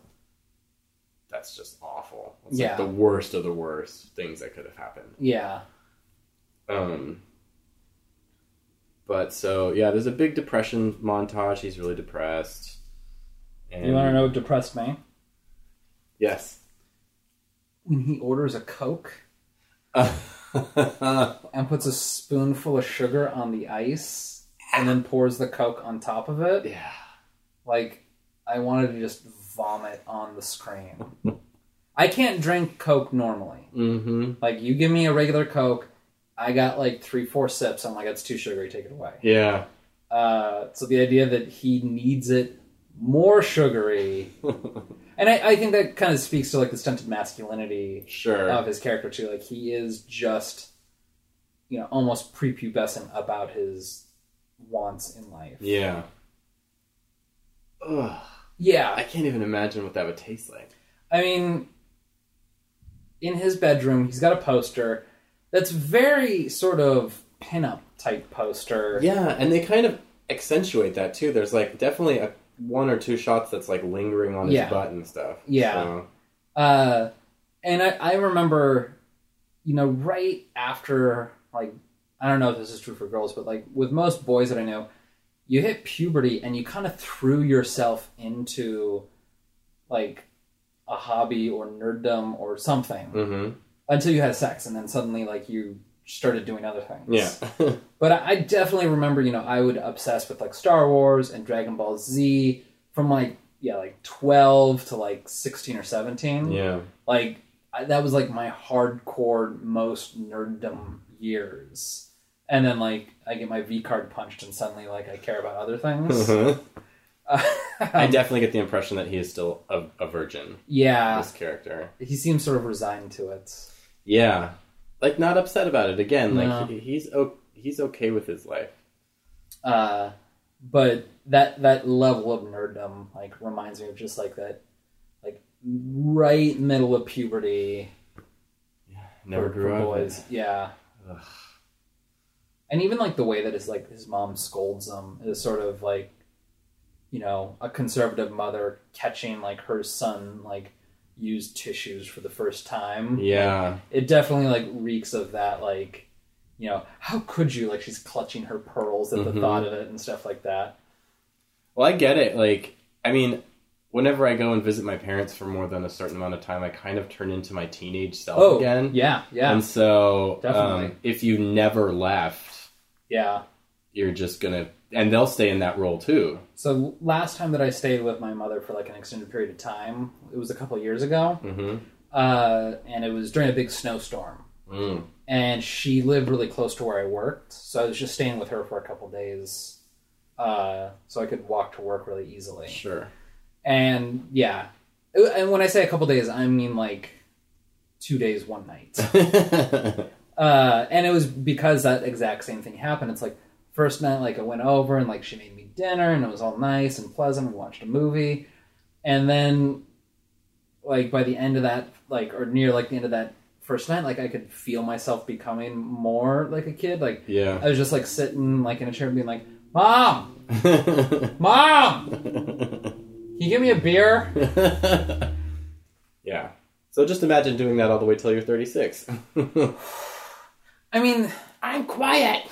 [SPEAKER 2] that's just awful. It's
[SPEAKER 1] Yeah.
[SPEAKER 2] like the worst of the worst things that could have happened.
[SPEAKER 1] Yeah.
[SPEAKER 2] Um, but so yeah, there's a big depression montage. He's really depressed. And
[SPEAKER 1] You wanna know what depressed me?
[SPEAKER 2] Yes.
[SPEAKER 1] When he orders a Coke
[SPEAKER 2] yeah.
[SPEAKER 1] and puts a spoonful of sugar on the ice and then pours the Coke on top of it. like I wanted to just vomit on the screen. I can't drink Coke normally.
[SPEAKER 2] Mm-hmm.
[SPEAKER 1] Like you give me a regular Coke, I got like three, four sips. I'm like, it's too sugary. Take it away.
[SPEAKER 2] Yeah.
[SPEAKER 1] Uh, so the idea that he needs it more sugary, and I, I think that kind of speaks to like the stunted masculinity
[SPEAKER 2] Sure.
[SPEAKER 1] of his character too. Like he is just, you know, almost prepubescent about his wants in life.
[SPEAKER 2] yeah. Ugh,
[SPEAKER 1] Yeah,
[SPEAKER 2] I can't even imagine what that would taste like.
[SPEAKER 1] I mean, in his bedroom, he's got a poster that's very sort of pinup type poster.
[SPEAKER 2] Yeah, and they kind of accentuate that too. There's like definitely a one or two shots that's like lingering on his
[SPEAKER 1] Yeah.
[SPEAKER 2] butt and stuff.
[SPEAKER 1] Yeah.
[SPEAKER 2] So,
[SPEAKER 1] Uh, and I, I remember, you know, right after, like, I don't know if this is true for girls, but like with most boys that I know, you hit puberty and you kind of threw yourself into like a hobby or nerddom or something
[SPEAKER 2] mhm.
[SPEAKER 1] until you had sex and then suddenly like you started doing other things.
[SPEAKER 2] Yeah.
[SPEAKER 1] But I I definitely remember, you know, I would obsess with like Star Wars and Dragon Ball Z from like yeah, like twelve to like sixteen or seventeen.
[SPEAKER 2] yeah.
[SPEAKER 1] like I, that was like my hardcore most nerddom years. And then like I get my V card punched, and suddenly like I care about other things. Um,
[SPEAKER 2] Mhm. I definitely get the impression that he is still a, a virgin.
[SPEAKER 1] yeah,
[SPEAKER 2] This character,
[SPEAKER 1] he seems sort of resigned to it.
[SPEAKER 2] yeah, like not upset about it. Again, like
[SPEAKER 1] No.
[SPEAKER 2] he, he's o- he's okay with his life.
[SPEAKER 1] Uh, but that that level of nerddom like reminds me of just like that, like right middle of puberty.
[SPEAKER 2] Never
[SPEAKER 1] for-
[SPEAKER 2] grew
[SPEAKER 1] for
[SPEAKER 2] up.
[SPEAKER 1] boys. Yeah. And even like the way that his like his mom scolds him is sort of like, you know, a conservative mother catching like her son like use tissues for the first time.
[SPEAKER 2] Yeah,
[SPEAKER 1] It definitely like reeks of that like, you know, how could you like she's clutching her pearls at
[SPEAKER 2] Mm-hmm.
[SPEAKER 1] the thought of it and stuff like that.
[SPEAKER 2] Well, I get it. Like, I mean, whenever I go and visit my parents for more than a certain amount of time, I kind of turn into my teenage self
[SPEAKER 1] Oh,
[SPEAKER 2] again.
[SPEAKER 1] yeah, yeah,
[SPEAKER 2] And so, um,
[SPEAKER 1] Definitely.
[SPEAKER 2] if you never left,
[SPEAKER 1] yeah,
[SPEAKER 2] you're just gonna and they'll stay in that role too.
[SPEAKER 1] So last time that I stayed with my mother for like an extended period of time, it was a couple years ago,
[SPEAKER 2] Mhm.
[SPEAKER 1] uh, and it was during a big snowstorm.
[SPEAKER 2] Mm.
[SPEAKER 1] And she lived really close to where I worked, so I was just staying with her for a couple days, uh, so I could walk to work really easily.
[SPEAKER 2] Sure.
[SPEAKER 1] And yeah, Uh, and when I say a couple days, I mean like two days, one night. Uh, and it was because that exact same thing happened. It's like first night, like I went over and like she made me dinner and it was all nice and pleasant. We watched a movie, and then like by the end of that, like or near like the end of that first night, like I could feel myself becoming more like a kid. Like
[SPEAKER 2] Yeah.
[SPEAKER 1] I was just like sitting like in a chair and being like, "Mom, mom, can you give me a beer?"
[SPEAKER 2] yeah. So just imagine doing that all the way till you're 36.
[SPEAKER 1] I mean, I'm quiet.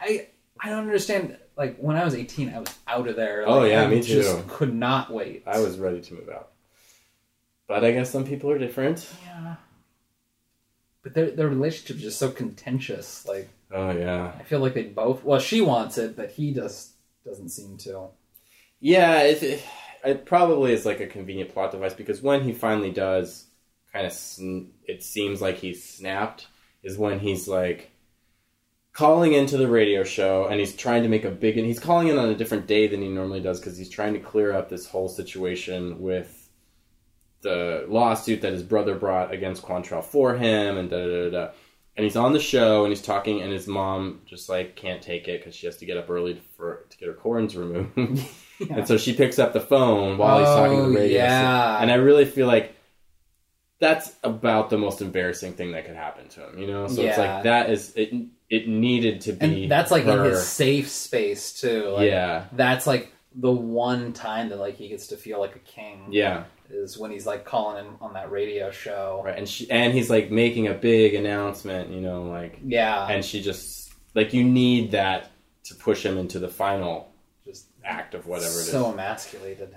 [SPEAKER 1] I I don't understand. Like when I was 18, I was out of there.
[SPEAKER 2] Oh,
[SPEAKER 1] Like,
[SPEAKER 2] yeah,
[SPEAKER 1] I
[SPEAKER 2] me
[SPEAKER 1] just
[SPEAKER 2] too.
[SPEAKER 1] Could not wait.
[SPEAKER 2] I was ready to move out. But I guess some people are different.
[SPEAKER 1] Yeah. But their their relationship is just so contentious. Like
[SPEAKER 2] Oh yeah.
[SPEAKER 1] I feel like they both. Well, she wants it, but he just doesn't seem to.
[SPEAKER 2] Yeah, it, it, it probably is like a convenient plot device because when he finally does, kind of, sn- it seems like he's snapped. Is when he's like calling into the radio show and he's trying to make a big. And he's calling in on a different day than he normally does because he's trying to clear up this whole situation with the lawsuit that his brother brought against Quantrell for him and da da da. da. And he's on the show and he's talking, and his mom just like can't take it because she has to get up early for to get her corns removed. And so she picks up the phone while he's talking to
[SPEAKER 1] Oh,
[SPEAKER 2] the radio.
[SPEAKER 1] yeah.
[SPEAKER 2] And I really feel like that's about the most embarrassing thing that could happen to him, you know? So it's
[SPEAKER 1] Yeah.
[SPEAKER 2] like that is it it needed to be
[SPEAKER 1] And that's like in
[SPEAKER 2] her.
[SPEAKER 1] his safe space too. Like,
[SPEAKER 2] Yeah.
[SPEAKER 1] That's like the one time that like he gets to feel like a king.
[SPEAKER 2] Yeah.
[SPEAKER 1] Is when he's like calling in on that radio show.
[SPEAKER 2] Right. And she and he's like making a big announcement, you know, like
[SPEAKER 1] Yeah.
[SPEAKER 2] and she just like you need that to push him into the final
[SPEAKER 1] just
[SPEAKER 2] act of whatever it is.
[SPEAKER 1] so emasculated.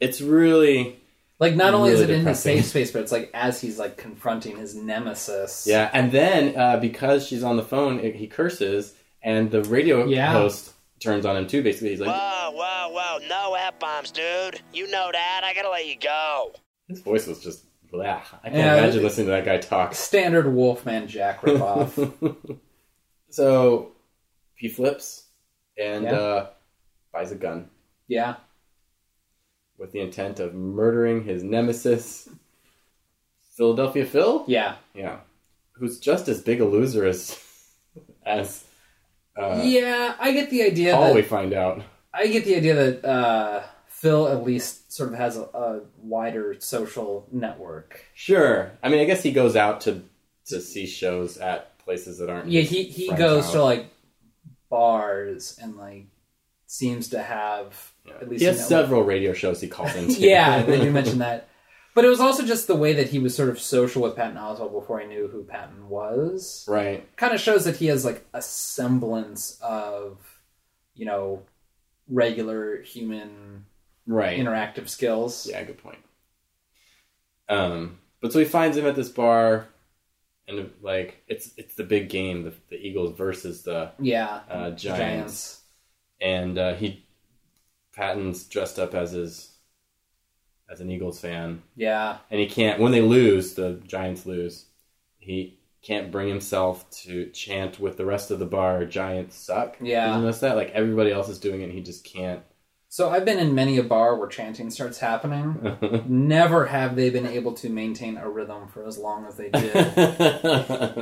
[SPEAKER 2] It's really
[SPEAKER 1] Like not only is it
[SPEAKER 2] Really
[SPEAKER 1] in his
[SPEAKER 2] depressing.
[SPEAKER 1] safe space, but it's like as he's like confronting his nemesis.
[SPEAKER 2] Yeah, and then uh, because she's on the phone, it, he curses, and the radio
[SPEAKER 1] Yeah.
[SPEAKER 2] host turns on him too. Basically, he's like,
[SPEAKER 8] Whoa, whoa, whoa. Oh, No F bombs, dude. You know that. I gotta let you go.
[SPEAKER 2] his voice was just blah. I can't
[SPEAKER 1] Yeah,
[SPEAKER 2] imagine
[SPEAKER 1] it-
[SPEAKER 2] listening to that guy talk.
[SPEAKER 1] Standard Wolfman Jack ripoff.
[SPEAKER 2] So he flips and
[SPEAKER 1] Yeah.
[SPEAKER 2] uh, buys a gun
[SPEAKER 1] yeah.
[SPEAKER 2] with the intent of murdering his nemesis, Philadelphia Phil.
[SPEAKER 1] Yeah.
[SPEAKER 2] Yeah, who's just as big a loser as as uh,
[SPEAKER 1] yeah, I get the idea
[SPEAKER 2] Paul.
[SPEAKER 1] that
[SPEAKER 2] We find out.
[SPEAKER 1] I get the idea that uh Phil at least sort of has a, a wider social network.
[SPEAKER 2] Sure. I mean, I guess he goes out to to see shows at places that aren't.
[SPEAKER 1] Yeah,
[SPEAKER 2] his
[SPEAKER 1] he he
[SPEAKER 2] friend's
[SPEAKER 1] goes
[SPEAKER 2] house.
[SPEAKER 1] to like bars and like seems to have at least
[SPEAKER 2] He
[SPEAKER 1] a
[SPEAKER 2] has
[SPEAKER 1] network.
[SPEAKER 2] several radio shows he calls into.
[SPEAKER 1] yeah, they do mention that. But it was also just the way that he was sort of social with Patton Oswald before he knew who Patton was.
[SPEAKER 2] right.
[SPEAKER 1] Kind of shows that he has like a semblance of, you know, regular human
[SPEAKER 2] Right.
[SPEAKER 1] interactive skills.
[SPEAKER 2] Yeah, good point. Um, but so he finds him at this bar, and like it's it's the big game, the, the Eagles versus the
[SPEAKER 1] Yeah.
[SPEAKER 2] uh, Giants, and uh, he Patton's dressed up as his as an Eagles fan,
[SPEAKER 1] Yeah.
[SPEAKER 2] and he can't when they lose the giants lose he can't bring himself to chant with the rest of the bar giants suck
[SPEAKER 1] Yeah.
[SPEAKER 2] Did you notice that like everybody else is doing it and he just can't
[SPEAKER 1] So I've been in many a bar where chanting starts happening. Never have they been able to maintain a rhythm for as long as they did.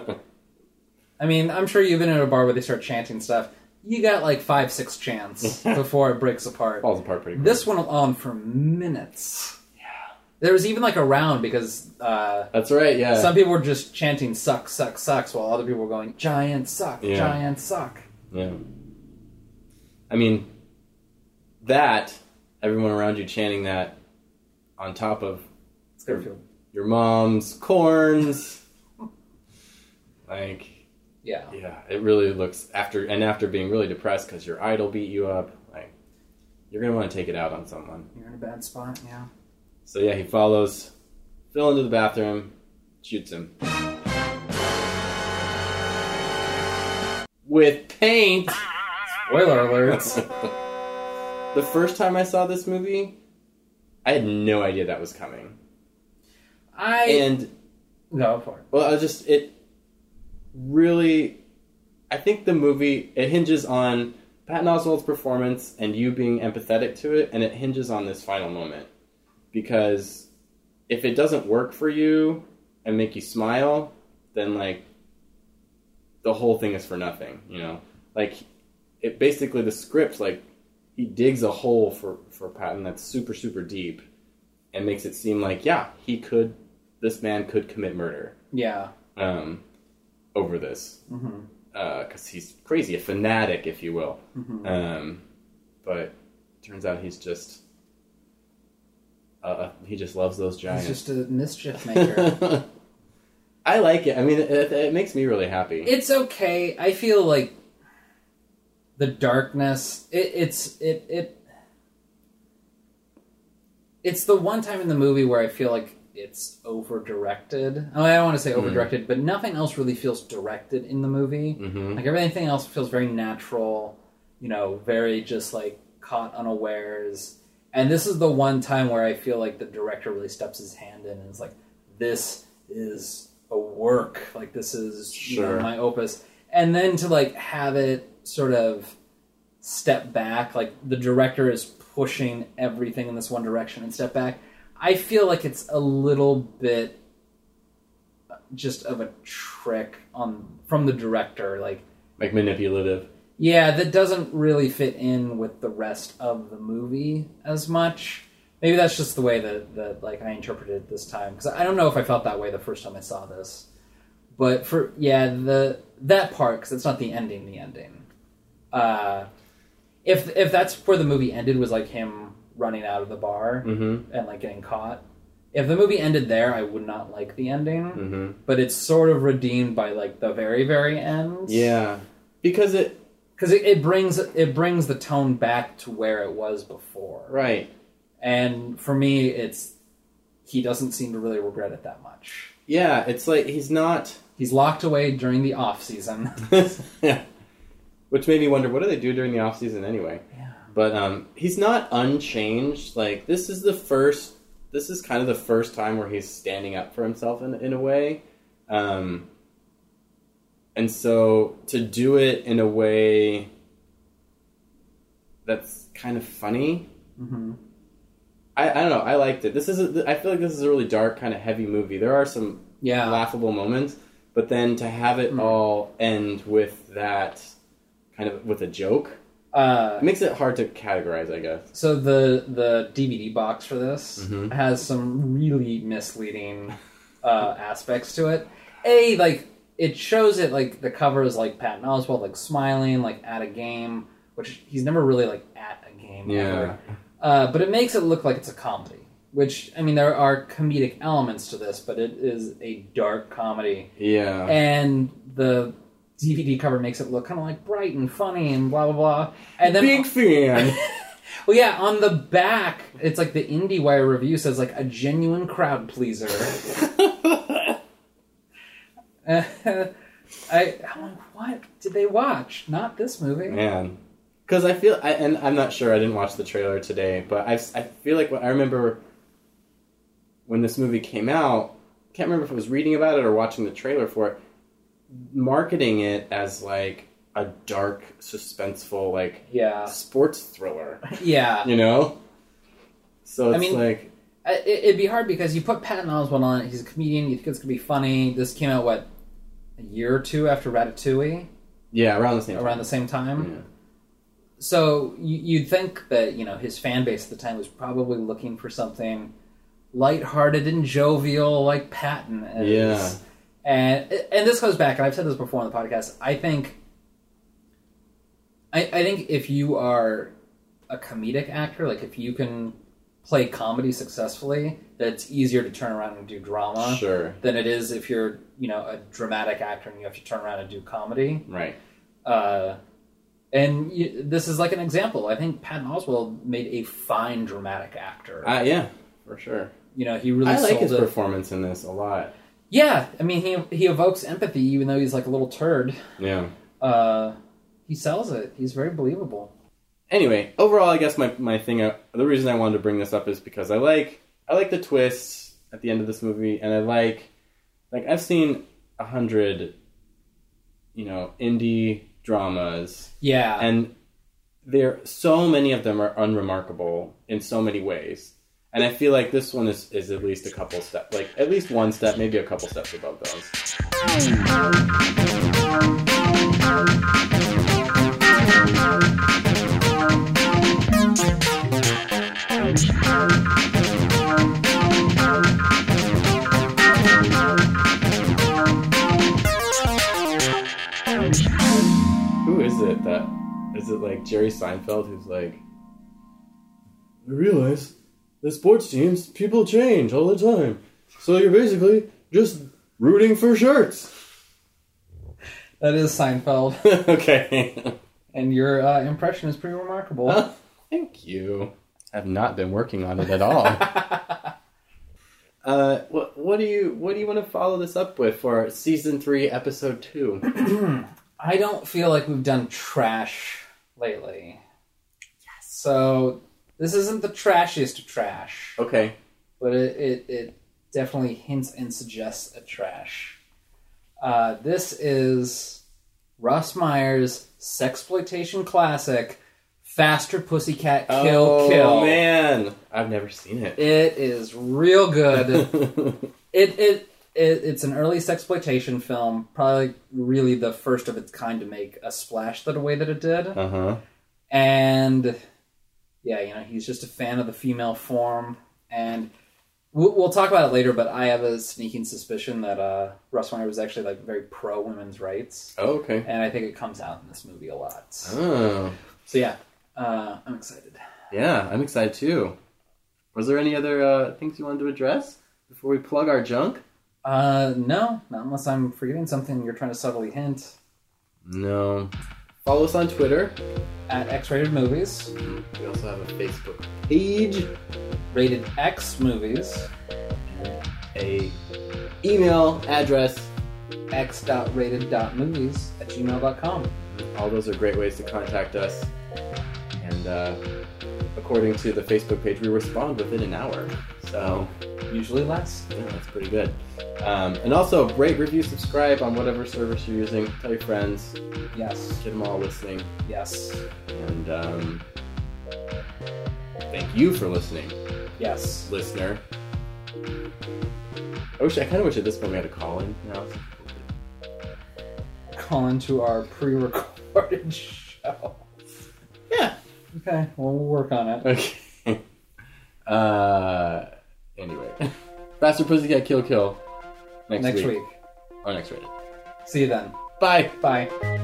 [SPEAKER 1] I mean, I'm sure you've been in a bar where they start chanting stuff. You got like five, six chants before it breaks apart.
[SPEAKER 2] falls apart pretty quick.
[SPEAKER 1] This went on for minutes. Yeah. There was even like a round because uh,
[SPEAKER 2] that's right yeah
[SPEAKER 1] some people were just chanting "suck, suck, sucks" while other people were going "giant suck,
[SPEAKER 2] Yeah.
[SPEAKER 1] giant suck."
[SPEAKER 2] yeah i mean that everyone around you chanting that on top of
[SPEAKER 1] It's gonna feel
[SPEAKER 2] your mom's corns like
[SPEAKER 1] yeah.
[SPEAKER 2] Yeah, it really looks after and after being really depressed because your idol beat you up. Like you're gonna want to take it out on someone.
[SPEAKER 1] You're in a bad spot. Yeah.
[SPEAKER 2] So yeah, he follows Phil into the bathroom, shoots him, with paint.
[SPEAKER 1] Spoiler alerts.
[SPEAKER 2] The first time I saw this movie, I had no idea that was coming.
[SPEAKER 1] I
[SPEAKER 2] And
[SPEAKER 1] go for it.
[SPEAKER 2] Well, I was just it really. I think the movie it hinges on Patton Oswald's performance and you being empathetic to it, and it hinges on this final moment because if it doesn't work for you and make you smile, then like the whole thing is for nothing. You know, like it basically the script like he digs a hole for for Patton that's super super deep and makes it seem like yeah he could this man could commit murder
[SPEAKER 1] Yeah,
[SPEAKER 2] um, over this because
[SPEAKER 1] Mm-hmm.
[SPEAKER 2] he's crazy, a fanatic, if you will.
[SPEAKER 1] Mm-hmm.
[SPEAKER 2] Um, but turns out he's just uh, uh, he just loves those
[SPEAKER 1] he's
[SPEAKER 2] giants.
[SPEAKER 1] just a mischief maker.
[SPEAKER 2] I like it. I mean, it, it, it makes me really happy.
[SPEAKER 1] it's okay. I feel like the darkness. It, it's it it. It's the one time in the movie where I feel like it's over directed. I, mean, I don't want to say over directed, but nothing else really feels directed in the movie. Like everything else feels very natural. You know, very just like caught unawares. And this is the one time where I feel like the director really steps his hand in and is like, "This is a work. Like this is you know,
[SPEAKER 2] Sure.
[SPEAKER 1] my opus." And then to like have it sort of step back, like the director is pushing everything in this one direction and step back. I feel like it's a little bit just of a trick on from the director, like
[SPEAKER 2] Like manipulative.
[SPEAKER 1] yeah, that doesn't really fit in with the rest of the movie as much. Maybe that's just the way that, that like I interpreted it this time because I don't know if I felt that way the first time I saw this. But for yeah, the that part because it's not the ending. The ending. Uh, if if that's where the movie ended was like him running out of the bar and like getting caught. If the movie ended there, I would not like the ending. But it's sort of redeemed by like the very very end
[SPEAKER 2] Yeah, because it
[SPEAKER 1] because it, it brings it brings the tone back to where it was before
[SPEAKER 2] right.
[SPEAKER 1] and for me it's he doesn't seem to really regret it that much
[SPEAKER 2] Yeah, it's like he's not.
[SPEAKER 1] he's locked away during the off season
[SPEAKER 2] yeah. Which made me wonder, what do they do during the off season anyway?
[SPEAKER 1] Yeah.
[SPEAKER 2] But um, he's not unchanged. Like this is the first. This is kind of the first time where he's standing up for himself in in a way, um, and so to do it in a way that's kind of funny. I, I don't know. I liked it. This is. A, I feel like this is a really dark, kind of heavy movie. There are some
[SPEAKER 1] Yeah. Mm-hmm.
[SPEAKER 2] laughable moments, but then to have it all end with that kind of with a joke
[SPEAKER 1] uh,
[SPEAKER 2] it makes it hard to categorize, I guess.
[SPEAKER 1] so the the dvd box for this has some really misleading uh, aspects to it a like it shows it like the cover is like patton oswald like smiling like at a game which he's never really like at a game ever. uh, but it makes it look like it's a comedy. Which I mean, there are comedic elements to this, but it is a dark comedy,
[SPEAKER 2] yeah,
[SPEAKER 1] and the DVD cover makes it look kind of like bright and funny and blah blah blah. And then,
[SPEAKER 2] big fan.
[SPEAKER 1] well, yeah, on the back, it's like the IndieWire review says like a genuine crowd pleaser. I, I'm like, what did they watch? Not this movie.
[SPEAKER 2] Man, because I feel, I, and I'm not sure. I didn't watch the trailer today, but I, I feel like when, I remember when this movie came out. Can't remember if I was reading about it or watching the trailer for it. Marketing it as like a dark, suspenseful, like
[SPEAKER 1] Yeah,
[SPEAKER 2] sports thriller,
[SPEAKER 1] yeah.
[SPEAKER 2] you know. So it's
[SPEAKER 1] mean-
[SPEAKER 2] like,
[SPEAKER 1] I- it, it'd be hard because you put Patton Oswalt on it. He's a comedian. You think it's gonna be funny. This came out what a year or two after Ratatouille,
[SPEAKER 2] yeah, around the same time.
[SPEAKER 1] around the same time.
[SPEAKER 2] Yeah.
[SPEAKER 1] So you, you'd think that you know his fan base at the time was probably looking for something lighthearted and jovial like Patton is.
[SPEAKER 2] Yeah.
[SPEAKER 1] And and this goes back, and I've said this before on the podcast. I think, I, I think if you are a comedic actor, like if you can play comedy successfully, that it's easier to turn around and do drama
[SPEAKER 2] Sure.
[SPEAKER 1] than it is if you're you know a dramatic actor and you have to turn around and do comedy
[SPEAKER 2] right.
[SPEAKER 1] uh, and you, this is like an example. I think Patton Oswald made a fine dramatic actor.
[SPEAKER 2] Uh, yeah, for sure.
[SPEAKER 1] you know, he really
[SPEAKER 2] I like
[SPEAKER 1] sold
[SPEAKER 2] his
[SPEAKER 1] it.
[SPEAKER 2] performance in this a lot.
[SPEAKER 1] yeah, I mean, he he evokes empathy, even though he's like a little turd.
[SPEAKER 2] Yeah.
[SPEAKER 1] Uh, he sells it. He's very believable.
[SPEAKER 2] anyway, overall, I guess my, my thing, uh, the reason I wanted to bring this up is because I like I like the twists at the end of this movie, and I like like I've seen a hundred, you know, indie dramas,
[SPEAKER 1] Yeah,
[SPEAKER 2] and there so many of them are unremarkable in so many ways, and I feel like this one is is at least a couple step, like at least one step, maybe a couple steps above those. Who is it that is it like Jerry Seinfeld who's like I realize the sports teams people change all the time. So you're basically just rooting for shirts.
[SPEAKER 1] that is Seinfeld,
[SPEAKER 2] okay.
[SPEAKER 1] and your uh, impression is pretty remarkable.
[SPEAKER 2] Thank you. I've not been working on it at all. uh what what do you what do you want to follow this up with for season 3 episode 2?
[SPEAKER 1] I don't feel like we've done trash lately. Yes. So this isn't the trashiest of trash,
[SPEAKER 2] okay.
[SPEAKER 1] but it it, it definitely hints and suggests a trash. Uh, this is Russ Meyer's sexploitation classic, "Faster Pussycat Kill
[SPEAKER 2] oh,
[SPEAKER 1] Kill."
[SPEAKER 2] man. I've never seen it.
[SPEAKER 1] It is real good. it, it it it's an early sexploitation film, probably really the first of its kind to make a splash the way that it did.
[SPEAKER 2] uh-huh.
[SPEAKER 1] And yeah, you know, he's just a fan of the female form, and we'll, we'll talk about it later. But I have a sneaking suspicion that uh, Russ Meyer was actually like very pro women's rights,
[SPEAKER 2] Oh, okay.
[SPEAKER 1] and I think it comes out in this movie a lot.
[SPEAKER 2] Oh.
[SPEAKER 1] So yeah, uh, I'm excited.
[SPEAKER 2] Yeah, I'm excited too. Was there any other uh, things you wanted to address before we plug our junk?
[SPEAKER 1] Uh, no, not unless I'm forgetting something you're trying to subtly hint.
[SPEAKER 2] No. Follow us on Twitter.
[SPEAKER 1] at X Rated Movies,
[SPEAKER 2] We also have a Facebook page,
[SPEAKER 1] Rated X Movies,
[SPEAKER 2] a email address.
[SPEAKER 1] x.rated.movies at gmail.com.
[SPEAKER 2] All those are great ways to contact us. And uh, according to the Facebook page, we respond within an hour. So
[SPEAKER 1] Usually less.
[SPEAKER 2] yeah, that's pretty good. Um, and also, rate, review, subscribe on whatever service you're using. Tell your friends.
[SPEAKER 1] Yes.
[SPEAKER 2] Get them all listening.
[SPEAKER 1] Yes.
[SPEAKER 2] And um, thank you for listening,
[SPEAKER 1] Yes.
[SPEAKER 2] listener. I wish I kind of wish at this point we had a call in now.
[SPEAKER 1] Call into our pre recorded show.
[SPEAKER 2] Yeah.
[SPEAKER 1] Okay, well, we'll work on it.
[SPEAKER 2] Okay. uh. Anyway, faster pussycat kill kill. Next,
[SPEAKER 1] Next week.
[SPEAKER 2] Or next rated.
[SPEAKER 1] See you then.
[SPEAKER 2] Bye.
[SPEAKER 1] Bye.